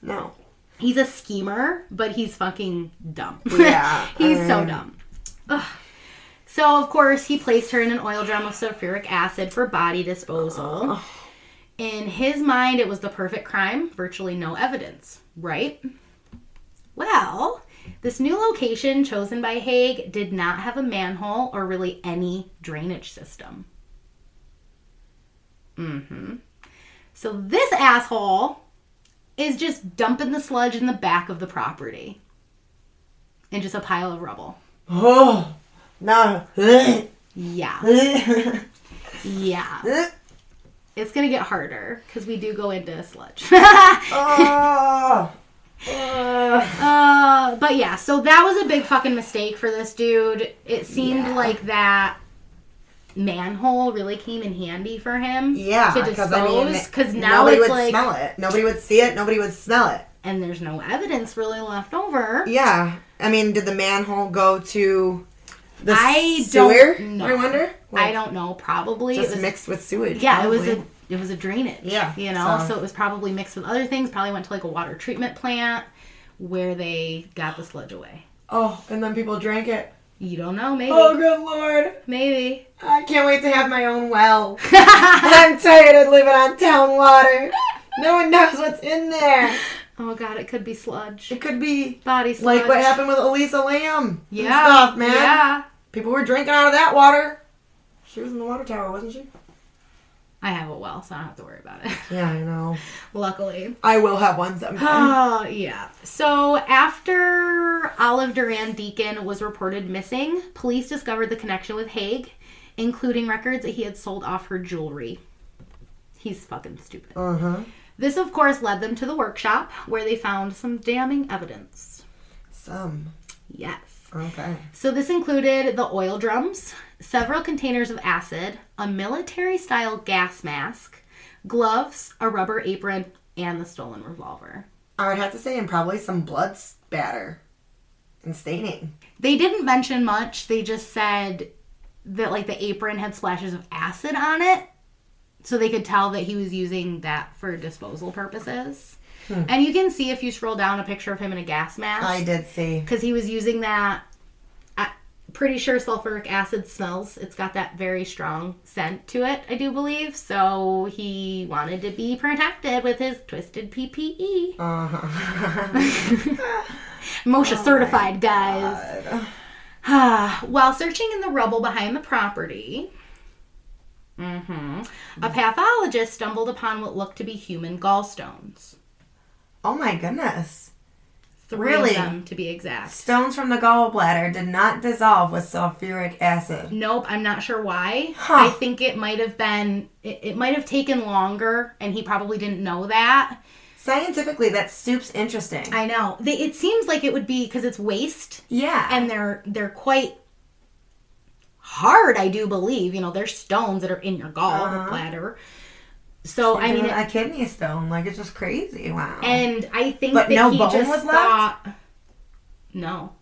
Speaker 2: No.
Speaker 1: He's a schemer, but he's fucking dumb.
Speaker 2: Yeah,
Speaker 1: he's so
Speaker 2: um.
Speaker 1: dumb. Ugh. So of course he placed her in an oil drum of sulfuric acid for body disposal. In his mind, it was the perfect crime, virtually no evidence, right? Well, this new location chosen by Haig did not have a manhole or really any drainage system. hmm So this asshole is just dumping the sludge in the back of the property and just a pile of rubble.
Speaker 2: Oh. No.
Speaker 1: Yeah,
Speaker 2: That's
Speaker 1: yeah. It's gonna get harder because we do go into sludge.
Speaker 2: oh, oh.
Speaker 1: Uh, but yeah, so that was a big fucking mistake for this dude. It seemed
Speaker 2: Yeah.
Speaker 1: like that manhole really came in handy for him.
Speaker 2: Yeah,
Speaker 1: to
Speaker 2: because I mean,
Speaker 1: dispose because now
Speaker 2: nobody
Speaker 1: it's
Speaker 2: would
Speaker 1: like,
Speaker 2: smell it. Nobody would see it. Nobody would smell it.
Speaker 1: and there's no evidence really left over.
Speaker 2: Yeah, I mean, did the manhole go to the
Speaker 1: I
Speaker 2: sewer?
Speaker 1: don't know.
Speaker 2: I wonder.
Speaker 1: I don't know. Probably
Speaker 2: Just
Speaker 1: it was,
Speaker 2: mixed with sewage.
Speaker 1: Yeah, it was a
Speaker 2: probably.
Speaker 1: it was a drainage.
Speaker 2: Yeah,
Speaker 1: you know,
Speaker 2: so-
Speaker 1: so it was probably mixed with other things. Probably went to like a water treatment plant where they got the sludge away.
Speaker 2: Oh, and then people drank it.
Speaker 1: You don't know, maybe,
Speaker 2: Oh, good lord!
Speaker 1: maybe.
Speaker 2: I can't wait to have my own well. I'm tired of living on town water. No one knows what's in there.
Speaker 1: Oh god, it could be sludge.
Speaker 2: It could be
Speaker 1: Body sludge.
Speaker 2: like what happened with Elisa Lamb. and
Speaker 1: Yeah.
Speaker 2: stuff, man.
Speaker 1: Yeah.
Speaker 2: People were drinking out of that water. She was in the water tower, wasn't she?
Speaker 1: I have a well, so I don't have to worry about it.
Speaker 2: Yeah, I know.
Speaker 1: Luckily.
Speaker 2: I will have one sometime.
Speaker 1: Oh, yeah. So after Olive Duran Deacon was reported missing, police discovered the connection with Haig, including records that he had sold off her jewelry. He's fucking stupid.
Speaker 2: Uh huh.
Speaker 1: This, of course, led them to the workshop where they found some damning evidence.
Speaker 2: Some.
Speaker 1: Yes.
Speaker 2: Okay.
Speaker 1: So this included the oil drums, several containers of acid, a military-style gas mask, gloves, a rubber apron, and the stolen revolver.
Speaker 2: I would have to say, and probably some blood spatter and staining.
Speaker 1: They didn't mention much. They just said that like the apron had splashes of acid on it, so they could tell that he was using that for disposal purposes. And you can see if you scroll down a picture of him in a gas mask.
Speaker 2: I did see.
Speaker 1: because he was using that at, pretty sure sulfuric acid smells. It's got that very strong scent to it, I do believe. So he wanted to be protected with his twisted E. PPE.
Speaker 2: Uh-huh.
Speaker 1: Moshe certified, guys. While searching in the rubble behind the property, mhm, a pathologist stumbled upon what looked to be human gallstones.
Speaker 2: oh my goodness.
Speaker 1: Three
Speaker 2: Really?
Speaker 1: of them, to be exact.
Speaker 2: Stones from the gallbladder did not dissolve with sulfuric acid.
Speaker 1: Nope, I'm not sure why.
Speaker 2: Huh.
Speaker 1: I think it might have been, it, it might have taken longer, and he probably didn't know that.
Speaker 2: Scientifically, that's soup's interesting.
Speaker 1: I know. They, it seems like it would be because it's waste,
Speaker 2: yeah.
Speaker 1: and they're they're quite hard. I do believe you know they're stones that are in your
Speaker 2: Uh-huh.
Speaker 1: gallbladder. bladder. So I mean,
Speaker 2: Doing a
Speaker 1: it-
Speaker 2: kidney stone, like it's just crazy. Wow.
Speaker 1: and I think
Speaker 2: "Oh." But
Speaker 1: that
Speaker 2: no
Speaker 1: he
Speaker 2: bone
Speaker 1: just
Speaker 2: was left?
Speaker 1: thought, no,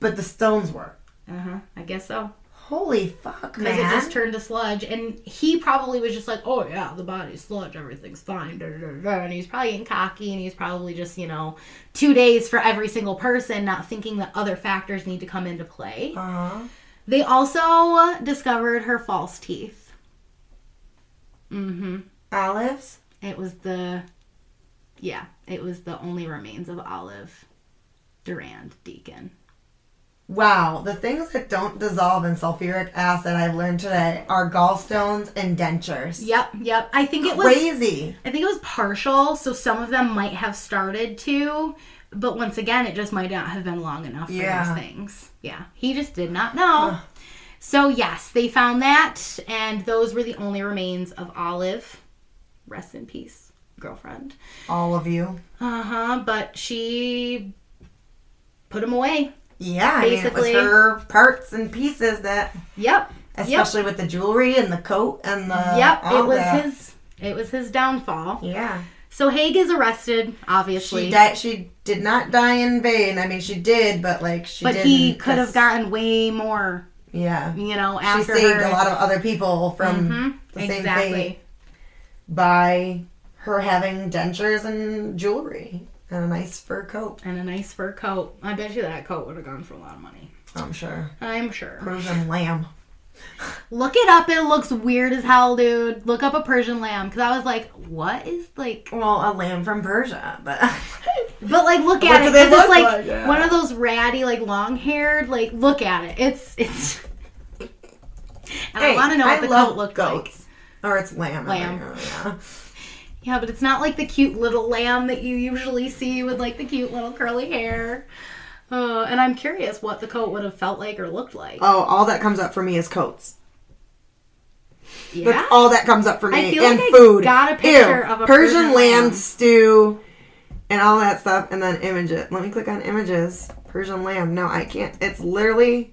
Speaker 2: but the stones were.
Speaker 1: uh huh, I guess so.
Speaker 2: Holy fuck,
Speaker 1: Because
Speaker 2: man.
Speaker 1: it just turned to sludge, and he probably was just like, "Oh yeah, the body's sludge, everything's fine." Da, da, da, da. And he's probably getting cocky, and he's probably just you know, two days for every single person, not thinking that other factors need to come into play.
Speaker 2: uh-huh.
Speaker 1: They also discovered her false teeth. Mm-hmm.
Speaker 2: Olives?
Speaker 1: It was the, yeah, it was the only remains of Olive Durand Deacon.
Speaker 2: Wow, the things that don't dissolve in sulfuric acid I've learned today are gallstones and dentures.
Speaker 1: Yep, yep. I think it was.
Speaker 2: Crazy.
Speaker 1: I think it was partial, so some of them might have started to, but once again, it just might not have been long enough for
Speaker 2: Yeah.
Speaker 1: those things. Yeah, he just did not know. So yes, they found that, and those were the only remains of Olive. Rest in peace, girlfriend.
Speaker 2: All of you.
Speaker 1: Uh huh. But she put him away.
Speaker 2: Yeah, I mean, it was
Speaker 1: Basically-
Speaker 2: her parts and pieces that,
Speaker 1: Yep.
Speaker 2: especially with the jewelry and the coat and the.
Speaker 1: Yep. Yep.
Speaker 2: Uh, all
Speaker 1: It was
Speaker 2: that.
Speaker 1: his. It was his downfall.
Speaker 2: Yeah.
Speaker 1: So Haig is arrested,
Speaker 2: She
Speaker 1: obviously.
Speaker 2: died. She did not die in vain. I mean, she did, but like she.
Speaker 1: but
Speaker 2: didn't
Speaker 1: he could have
Speaker 2: 'cause-
Speaker 1: gotten way more,
Speaker 2: Yeah.
Speaker 1: you know,
Speaker 2: She
Speaker 1: after
Speaker 2: saved
Speaker 1: her.
Speaker 2: a lot of other people from
Speaker 1: Mhm,
Speaker 2: the same fate
Speaker 1: exactly.
Speaker 2: by her having dentures and jewelry and a nice fur coat.
Speaker 1: And a nice fur coat. I bet you that coat would have gone for a lot of money.
Speaker 2: I'm sure.
Speaker 1: I'm sure.
Speaker 2: Persian lamb.
Speaker 1: Look it up. It looks weird as hell, dude. Look up a Persian lamb because I was like, what is like
Speaker 2: Well, a lamb from Persia, but
Speaker 1: But like, look
Speaker 2: What
Speaker 1: at
Speaker 2: do
Speaker 1: it.
Speaker 2: they
Speaker 1: 'cause
Speaker 2: look
Speaker 1: It's like,
Speaker 2: like? Yeah.
Speaker 1: one of those ratty, like long-haired. Like, look at it. It's it's. And I
Speaker 2: Hey,
Speaker 1: want to know
Speaker 2: I
Speaker 1: what the
Speaker 2: love
Speaker 1: coat looked like.
Speaker 2: goats. or it's lamb. I
Speaker 1: Lamb.
Speaker 2: don't know,
Speaker 1: Yeah, but it's not like the cute little lamb that you usually see with like the cute little curly hair. Uh, and I'm curious what the coat would have felt like or looked like.
Speaker 2: Oh, all that comes up for me is coats.
Speaker 1: yeah,
Speaker 2: That's all that comes up for me.
Speaker 1: I feel
Speaker 2: and
Speaker 1: like I
Speaker 2: food.
Speaker 1: got a picture of a
Speaker 2: Persian,
Speaker 1: Persian
Speaker 2: lamb,
Speaker 1: lamb.
Speaker 2: stew and all that stuff and then image it. Let me click on images. Persian lamb. No, I can't. It's literally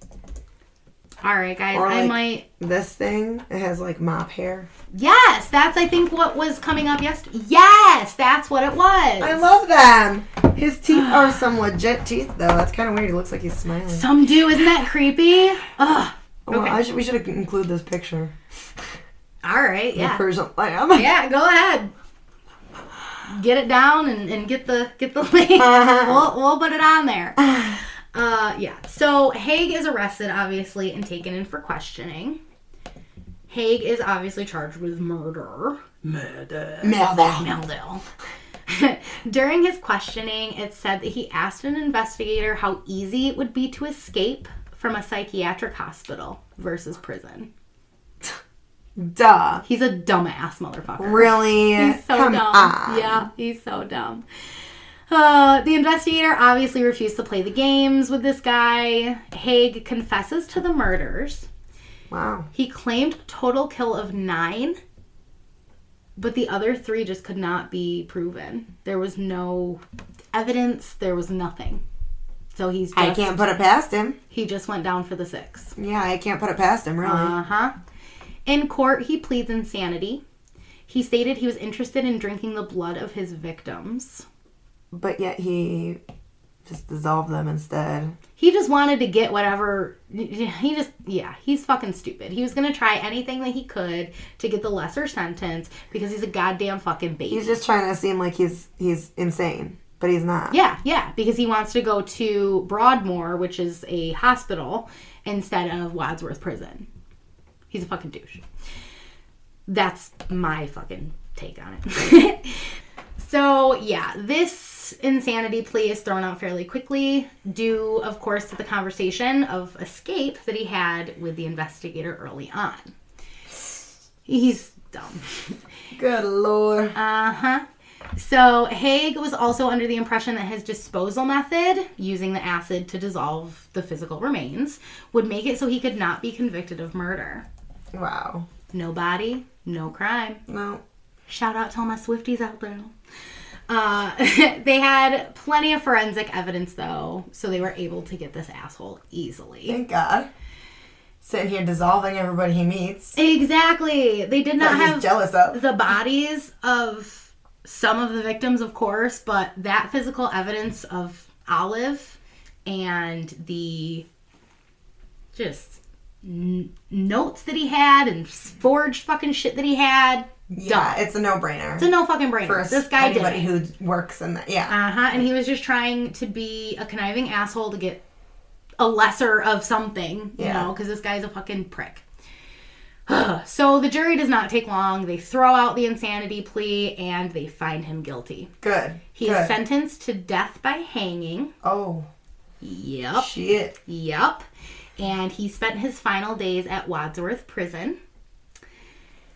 Speaker 1: all right, guys.
Speaker 2: or,
Speaker 1: I
Speaker 2: like-
Speaker 1: might.
Speaker 2: this thing. It has like mop hair.
Speaker 1: Yes, that's I think what was coming up yesterday. Yes, that's what it was.
Speaker 2: I love them. His teeth are some legit teeth though. That's kind of weird. He looks like he's smiling.
Speaker 1: Some do. Isn't that creepy? Ugh.
Speaker 2: Well,
Speaker 1: okay.
Speaker 2: I should, we should include this picture.
Speaker 1: All right.
Speaker 2: The
Speaker 1: Yeah.
Speaker 2: Persian lamb.
Speaker 1: Yeah, go ahead. Get it down and, and get the get the link. we'll, we'll put it on there. Uh, yeah. So Haig is arrested, obviously, and taken in for questioning. Haig is obviously charged with murder.
Speaker 2: Melville.
Speaker 1: Meldale. During his questioning, it said that he asked an investigator how easy it would be to escape from a psychiatric hospital versus prison.
Speaker 2: Duh.
Speaker 1: He's a dumbass motherfucker.
Speaker 2: Really?
Speaker 1: He's so
Speaker 2: Come
Speaker 1: dumb.
Speaker 2: on.
Speaker 1: Yeah, he's so dumb. Uh, the investigator obviously refused to play the games with this guy. Haig confesses to the murders.
Speaker 2: Wow.
Speaker 1: He claimed a total kill of nine, but the other three just could not be proven. There was no evidence. There was nothing. So he's just,
Speaker 2: I can't put it past him.
Speaker 1: he just went down for the six.
Speaker 2: Yeah, I can't put it past him, really.
Speaker 1: Uh huh. In court, he pleads insanity. He stated he was interested in drinking the blood of his victims.
Speaker 2: but yet he just dissolved them instead.
Speaker 1: He just wanted to get whatever. He just, yeah, he's fucking stupid. He was gonna try anything that he could to get the lesser sentence because he's a goddamn fucking baby.
Speaker 2: He's just trying to seem like he's he's insane. but he's not.
Speaker 1: Yeah, yeah, because he wants to go to Broadmoor, which is a hospital, instead of Wadsworth Prison. He's a fucking douche. That's my fucking take on it. so, yeah, this insanity plea is thrown out fairly quickly, due, of course, to the conversation of escape that he had with the investigator early on. He's dumb.
Speaker 2: Good lord.
Speaker 1: Uh huh. So Haig was also under the impression that his disposal method, using the acid to dissolve the physical remains, would make it so he could not be convicted of murder.
Speaker 2: Wow.
Speaker 1: No body, no crime.
Speaker 2: No.
Speaker 1: Shout out to all my Swifties out there. Uh, they had plenty of forensic evidence though, so they were able to get this asshole easily.
Speaker 2: Thank God. Sitting here dissolving everybody he meets.
Speaker 1: Exactly. They did not
Speaker 2: That he's
Speaker 1: have
Speaker 2: jealous of.
Speaker 1: the bodies of some of the victims, of course, but that physical evidence of Olive and the just n- notes that he had and forged fucking shit that he had.
Speaker 2: Yeah, it's a no-brainer.
Speaker 1: It's a no fucking brainer.
Speaker 2: for
Speaker 1: this guy did.
Speaker 2: anybody who works in that. Yeah.
Speaker 1: Uh huh. And he was just trying to be a conniving asshole to get a lesser of something, you
Speaker 2: Yeah.
Speaker 1: know, because this guy's a fucking prick. so the jury does not take long. They throw out the insanity plea and they find him guilty.
Speaker 2: Good.
Speaker 1: He
Speaker 2: Good.
Speaker 1: is sentenced to death by hanging.
Speaker 2: oh
Speaker 1: Yep.
Speaker 2: shit.
Speaker 1: Yep. And he spent his final days at Wadsworth Prison.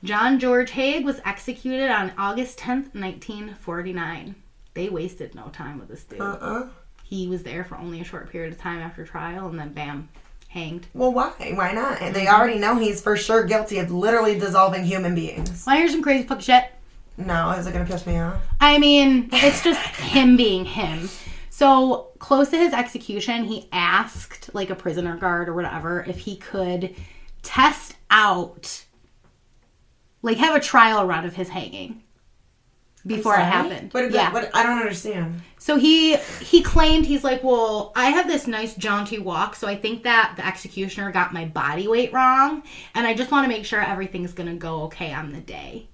Speaker 1: John George Haig was executed on August 10th, 1949. They wasted no time with this dude.
Speaker 2: Uh-uh.
Speaker 1: He was there for only a short period of time after trial and then bam, hanged.
Speaker 2: Well, why? Why not? And They already know he's for sure guilty of literally dissolving human beings.
Speaker 1: Well, here's some crazy fuck shit.
Speaker 2: No, is it gonna piss me off?
Speaker 1: I mean, it's just him being him. So close to his execution, he asked like a prisoner guard or whatever if he could test out, like, have a trial run of his hanging before it
Speaker 2: Sorry?
Speaker 1: happened.
Speaker 2: What, yeah. what, I don't understand.
Speaker 1: So he he claimed he's like, well, I have this nice jaunty walk, so I think that the executioner got my body weight wrong, and I just want to make sure everything's gonna go okay on the day.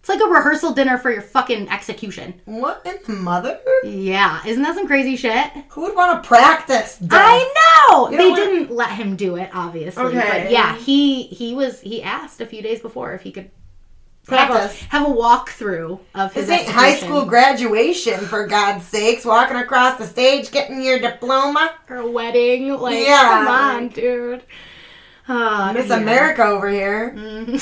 Speaker 1: It's like a rehearsal dinner for your fucking execution.
Speaker 2: What in the mother?
Speaker 1: Yeah, isn't that some crazy shit?
Speaker 2: Who would want to practice? death?
Speaker 1: I know
Speaker 2: You
Speaker 1: they
Speaker 2: know what?
Speaker 1: didn't let him do it, obviously.
Speaker 2: Okay.
Speaker 1: But yeah, he he was he asked a few days before if he could have a,
Speaker 2: practice.
Speaker 1: have a walkthrough of his
Speaker 2: This ain't high
Speaker 1: execution.
Speaker 2: school graduation, for God's sakes. Walking across the stage, getting your diploma.
Speaker 1: her wedding. Like,
Speaker 2: Yeah.
Speaker 1: come on, dude. Ah,
Speaker 2: Miss
Speaker 1: yeah.
Speaker 2: America over here.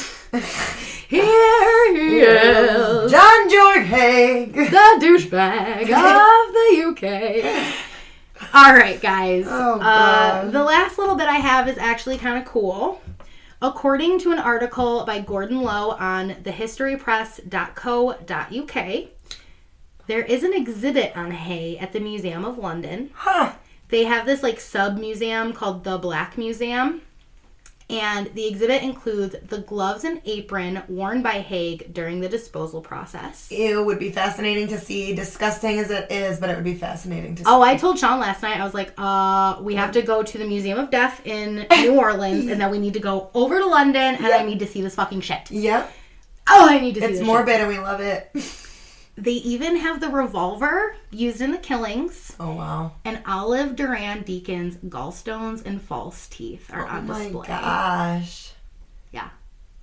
Speaker 1: Here he is,
Speaker 2: John George Haig.
Speaker 1: the douchebag of the UK. All right, guys.
Speaker 2: Oh,
Speaker 1: uh,
Speaker 2: God.
Speaker 1: the last little bit I have is actually kind of cool. According to an article by Gordon Lowe on thehistorypress.co.uk, there is an exhibit on Hay at the Museum of London.
Speaker 2: Huh.
Speaker 1: they have this like sub museum called the Black Museum. And the exhibit includes the gloves and apron worn by Haig during the disposal process.
Speaker 2: Ew, would be fascinating to see. Disgusting as it is, but it would be fascinating to see.
Speaker 1: Oh, I told Sean last night, I was like, uh, we have to go to the Museum of Death in New Orleans, and then we need to go over to London, and I need to see this fucking shit.
Speaker 2: Yep.
Speaker 1: Oh, I need to see
Speaker 2: It's
Speaker 1: this shit.
Speaker 2: morbid and we love it.
Speaker 1: They even have the revolver used in the killings,
Speaker 2: Oh, wow.
Speaker 1: and Olive Duran Deacon's gallstones and false teeth are
Speaker 2: Oh
Speaker 1: on
Speaker 2: my
Speaker 1: display.
Speaker 2: gosh.
Speaker 1: Yeah.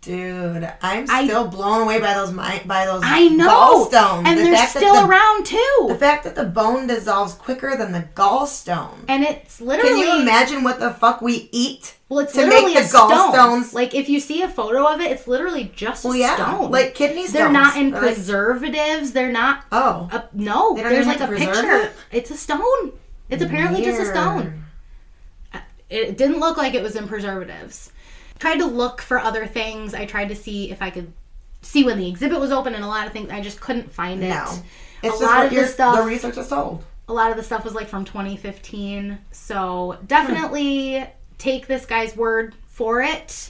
Speaker 2: Dude, I'm
Speaker 1: I-
Speaker 2: still blown away by those mi- by those
Speaker 1: I know.
Speaker 2: gallstones.
Speaker 1: And
Speaker 2: The
Speaker 1: they're
Speaker 2: fact that
Speaker 1: still
Speaker 2: the-
Speaker 1: around too.
Speaker 2: The fact that the bone dissolves quicker than the gallstone.
Speaker 1: and it's
Speaker 2: Can
Speaker 1: literally
Speaker 2: you imagine what the fuck we eat?
Speaker 1: well, it's
Speaker 2: to make
Speaker 1: literally
Speaker 2: the
Speaker 1: a stone.
Speaker 2: gallstones-
Speaker 1: Like if you see a photo of it, it's literally just
Speaker 2: Well,
Speaker 1: a
Speaker 2: yeah,
Speaker 1: stone.
Speaker 2: like kidney stones.
Speaker 1: they're not in
Speaker 2: They're like-
Speaker 1: preservatives. They're not.
Speaker 2: oh,
Speaker 1: A, no,
Speaker 2: They don't
Speaker 1: there's
Speaker 2: even
Speaker 1: like
Speaker 2: have
Speaker 1: a
Speaker 2: to preserve
Speaker 1: picture.
Speaker 2: it?
Speaker 1: It's a stone. It's apparently just a stone. It didn't look like it was in preservatives. Tried to look for other things. I tried to see if I could see when the exhibit was open and a lot of things. I just couldn't find it.
Speaker 2: No, it's just
Speaker 1: lot
Speaker 2: what
Speaker 1: of
Speaker 2: your,
Speaker 1: the stuff-
Speaker 2: the research is told.
Speaker 1: a lot of the stuff was like from 2015 so definitely take this guy's word for it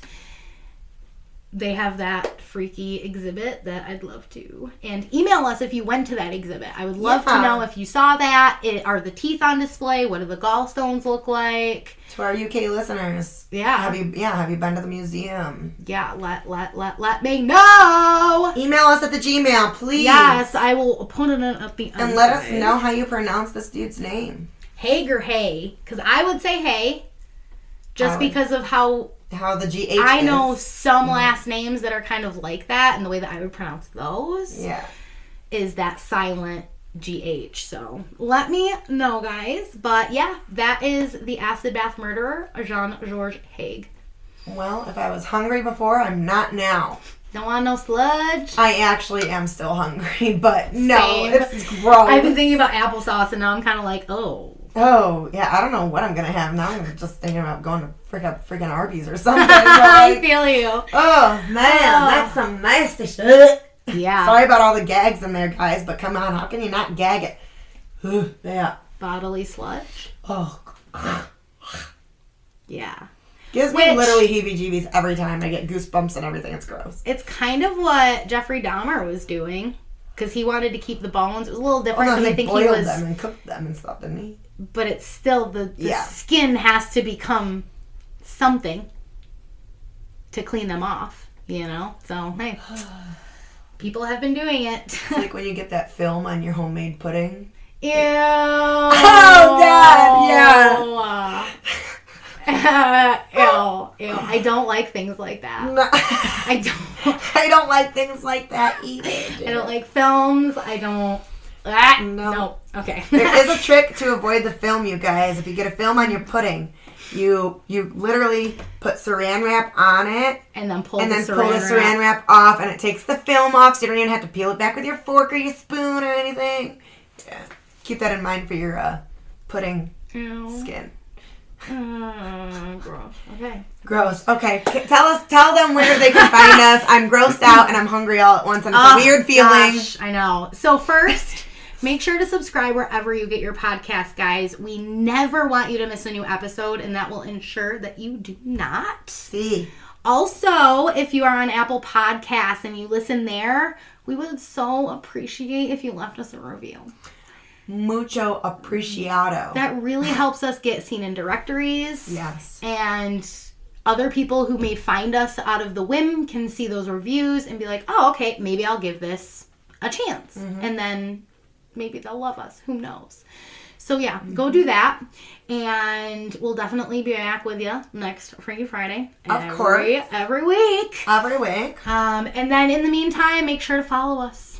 Speaker 1: they have that freaky exhibit that I'd love to. And email us if you went to that exhibit. I would love to
Speaker 2: Yeah.
Speaker 1: know if you saw that. It, are the teeth on display? What do the gallstones look like?
Speaker 2: To our UK listeners,
Speaker 1: Yeah.
Speaker 2: have you yeah have you been to the museum?
Speaker 1: yeah, let let let let me know.
Speaker 2: Email us at the Gmail, please.
Speaker 1: Yes, I will put it up the
Speaker 2: and let us know how you pronounce this dude's name.
Speaker 1: Haig or Hay, because I would say Hay,
Speaker 2: I
Speaker 1: just
Speaker 2: would-
Speaker 1: because of how
Speaker 2: How the GH.
Speaker 1: I know
Speaker 2: is.
Speaker 1: some last names that are kind of like that, and the way that I would pronounce those
Speaker 2: Yeah.
Speaker 1: is that silent GH. So let me know, guys. But yeah, that is the acid bath murderer, Jean Georges Haig.
Speaker 2: Well, if I was hungry before, I'm not now.
Speaker 1: Don't want no sludge.
Speaker 2: I actually am still hungry, but no,
Speaker 1: Same.
Speaker 2: it's gross.
Speaker 1: I've been thinking about applesauce, and now I'm kind of like, oh.
Speaker 2: oh yeah, I don't know what I'm gonna have now. I'm just thinking about going to freak up freaking Arby's or something. but
Speaker 1: I
Speaker 2: like,
Speaker 1: feel you.
Speaker 2: oh man,
Speaker 1: Oh.
Speaker 2: that's some nasty shit.
Speaker 1: Yeah.
Speaker 2: Sorry about all the gags in there, guys, but come on, how can you not gag it? Ugh, yeah.
Speaker 1: Bodily sludge.
Speaker 2: Oh.
Speaker 1: Yeah.
Speaker 2: Gives me
Speaker 1: Which-
Speaker 2: literally heebie-jeebies every time. I get goosebumps and everything. It's gross.
Speaker 1: It's kind of what Jeffrey Dahmer was doing. Because he wanted to keep the bones. It was a little
Speaker 2: Oh,
Speaker 1: different
Speaker 2: no,
Speaker 1: because
Speaker 2: he
Speaker 1: I think
Speaker 2: boiled
Speaker 1: he was.
Speaker 2: them and cooked them and stuff, didn't he?
Speaker 1: but it's still the, the
Speaker 2: Yeah.
Speaker 1: skin has to become something to clean them off, you know? So, hey, people have been doing it.
Speaker 2: It's like when you get that film on your homemade pudding.
Speaker 1: Ew.
Speaker 2: Oh, God, yeah.
Speaker 1: ew, ew. I don't like things like that. I
Speaker 2: I
Speaker 1: don't.
Speaker 2: don't like things like that either.
Speaker 1: I don't like films. I don't. Ah,
Speaker 2: No.
Speaker 1: no. Okay.
Speaker 2: There is a trick to avoid the film, you guys. If you get a film on your pudding, you you literally put saran wrap on it
Speaker 1: and then pull
Speaker 2: and
Speaker 1: the
Speaker 2: then
Speaker 1: saran
Speaker 2: pull the saran
Speaker 1: wrap.
Speaker 2: wrap off, and it takes the film off, so you don't even have to peel it back with your fork or your spoon or anything. Yeah. Keep that in mind for your uh, pudding
Speaker 1: Ew.
Speaker 2: skin.
Speaker 1: Mm, gross. Okay.
Speaker 2: Gross. Okay, c- tell us, tell them where they can find us. I'm grossed out and I'm hungry all at once, and it's
Speaker 1: Oh,
Speaker 2: a weird feeling.
Speaker 1: gosh, I know. So first, make sure to subscribe wherever you get your podcast, guys. We never want you to miss a new episode, and that will ensure that you do not.
Speaker 2: See,
Speaker 1: Also, if you are on Apple Podcasts and you listen there, we would so appreciate if you left us a review.
Speaker 2: mucho apreciado.
Speaker 1: That really helps us get seen in directories.
Speaker 2: yes.
Speaker 1: and other people who may find us out of the whim can see those reviews and be like, oh, okay, maybe I'll give this a chance.
Speaker 2: Mm-hmm.
Speaker 1: And then maybe they'll love us. Who knows? So, yeah, go
Speaker 2: Mm-hmm.
Speaker 1: do that. And we'll definitely be back with you next Frankie Friday.
Speaker 2: Of course.
Speaker 1: Every week.
Speaker 2: Every week.
Speaker 1: Um, and then in the meantime, make sure to follow us.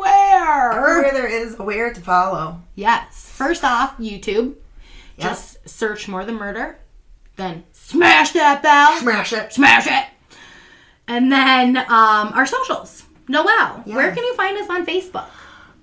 Speaker 2: Everywhere there is a where to follow.
Speaker 1: Yes. First off, YouTube.
Speaker 2: Yep.
Speaker 1: Just search More Than Murder. Then smash that bell.
Speaker 2: Smash it.
Speaker 1: smash it. And then um, our socials. Noel,
Speaker 2: Yes.
Speaker 1: where can you find us on Facebook?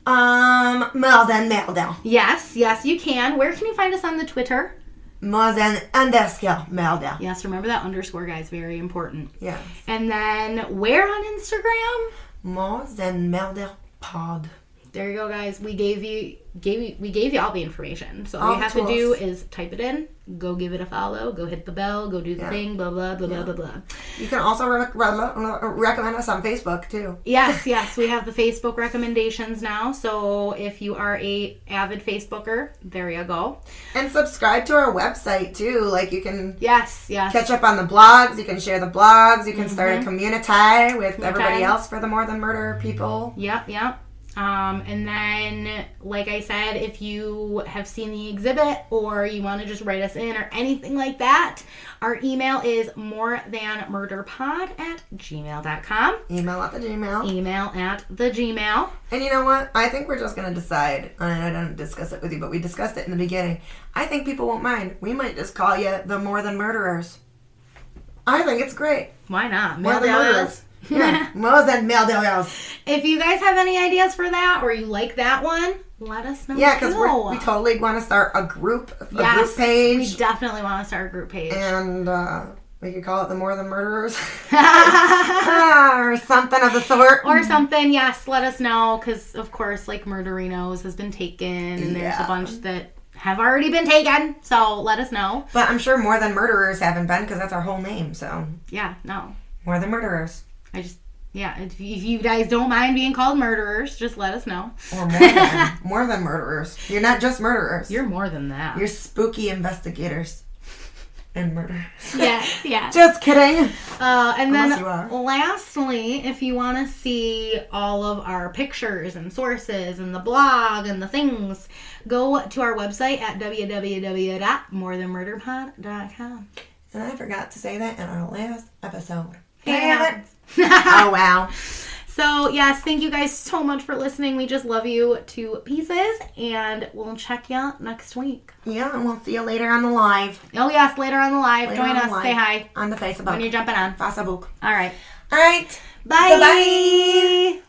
Speaker 2: Um, more than meltdown.
Speaker 1: Yes, yes, you can. Where can you find us on the Twitter?
Speaker 2: More than underscore meltdown.
Speaker 1: Yes, remember that underscore, guys. Very important.
Speaker 2: Yes.
Speaker 1: And then where on Instagram?
Speaker 2: More than meltdown pod.
Speaker 1: There you go, guys. We gave you gave you, we gave you all the information. So all
Speaker 2: All
Speaker 1: you
Speaker 2: the
Speaker 1: have to do
Speaker 2: tools.
Speaker 1: is type it in, go give it a follow, go hit the bell, go do the
Speaker 2: Yeah.
Speaker 1: thing, blah blah blah blah blah blah.
Speaker 2: You can also re- re- recommend us on Facebook too.
Speaker 1: Yes, yes, we have the Facebook recommendations now. So if you are a avid Facebooker, there you go.
Speaker 2: And subscribe to our website too. Like you can
Speaker 1: Yes, yes.
Speaker 2: catch up on the blogs. You can share the blogs. You can start a community with everybody else for the More Than Murder people.
Speaker 1: Yep, yep. Um, and then, like I said, if you have seen the exhibit or you want to just write us in or anything like that, our email is more than murderpod at gmail.com.
Speaker 2: Email at the Gmail.
Speaker 1: Email at the Gmail.
Speaker 2: And you know what? I think we're just gonna decide. And I don't discuss it with you, but we discussed it in the beginning. I think people won't mind. We might just call you the More Than Murderers. I think it's great.
Speaker 1: Why not?
Speaker 2: More
Speaker 1: Mail
Speaker 2: Than
Speaker 1: that
Speaker 2: Murderers.
Speaker 1: us.
Speaker 2: Yeah, more than murderers.
Speaker 1: If you guys have any ideas for that or you like that one, let us know.
Speaker 2: Yeah, because
Speaker 1: too.
Speaker 2: we totally want to start a group, a
Speaker 1: Yes,
Speaker 2: group page,
Speaker 1: we definitely want to start a group page.
Speaker 2: and uh, we could call it the More Than Murderers or something of the sort.
Speaker 1: or something yes let us know because of course like murderinos has been taken and there's
Speaker 2: Yeah.
Speaker 1: a bunch that have already been taken so let us know
Speaker 2: But I'm sure more than murderers haven't been because that's our whole name. So
Speaker 1: yeah no
Speaker 2: We're the murderers.
Speaker 1: I just, yeah, if you, if you guys don't mind being called murderers, just let us know.
Speaker 2: Or more than, more than murderers. You're not just murderers.
Speaker 1: You're more than that.
Speaker 2: You're spooky investigators and murderers.
Speaker 1: yeah, yeah.
Speaker 2: Just kidding.
Speaker 1: Uh, and
Speaker 2: Unless you are.
Speaker 1: then, lastly, if you want to see all of our pictures and sources and the blog and the things, go to our website at www.morethanmurderpod.com.
Speaker 2: And I forgot to say that in our last episode.
Speaker 1: Yeah.
Speaker 2: Damn it. oh, wow.
Speaker 1: So, yes, thank you guys so much for listening. We just love you to pieces, and we'll check you out next week.
Speaker 2: Yeah, and we'll see you later on the live,
Speaker 1: Oh, yes, later on the live.
Speaker 2: Later
Speaker 1: Join
Speaker 2: on the
Speaker 1: us.
Speaker 2: live.
Speaker 1: Say hi
Speaker 2: on the
Speaker 1: when you're
Speaker 2: Facebook.
Speaker 1: jumping on.
Speaker 2: Facebook.
Speaker 1: All right.
Speaker 2: All right.
Speaker 1: Bye.
Speaker 2: Bye-bye.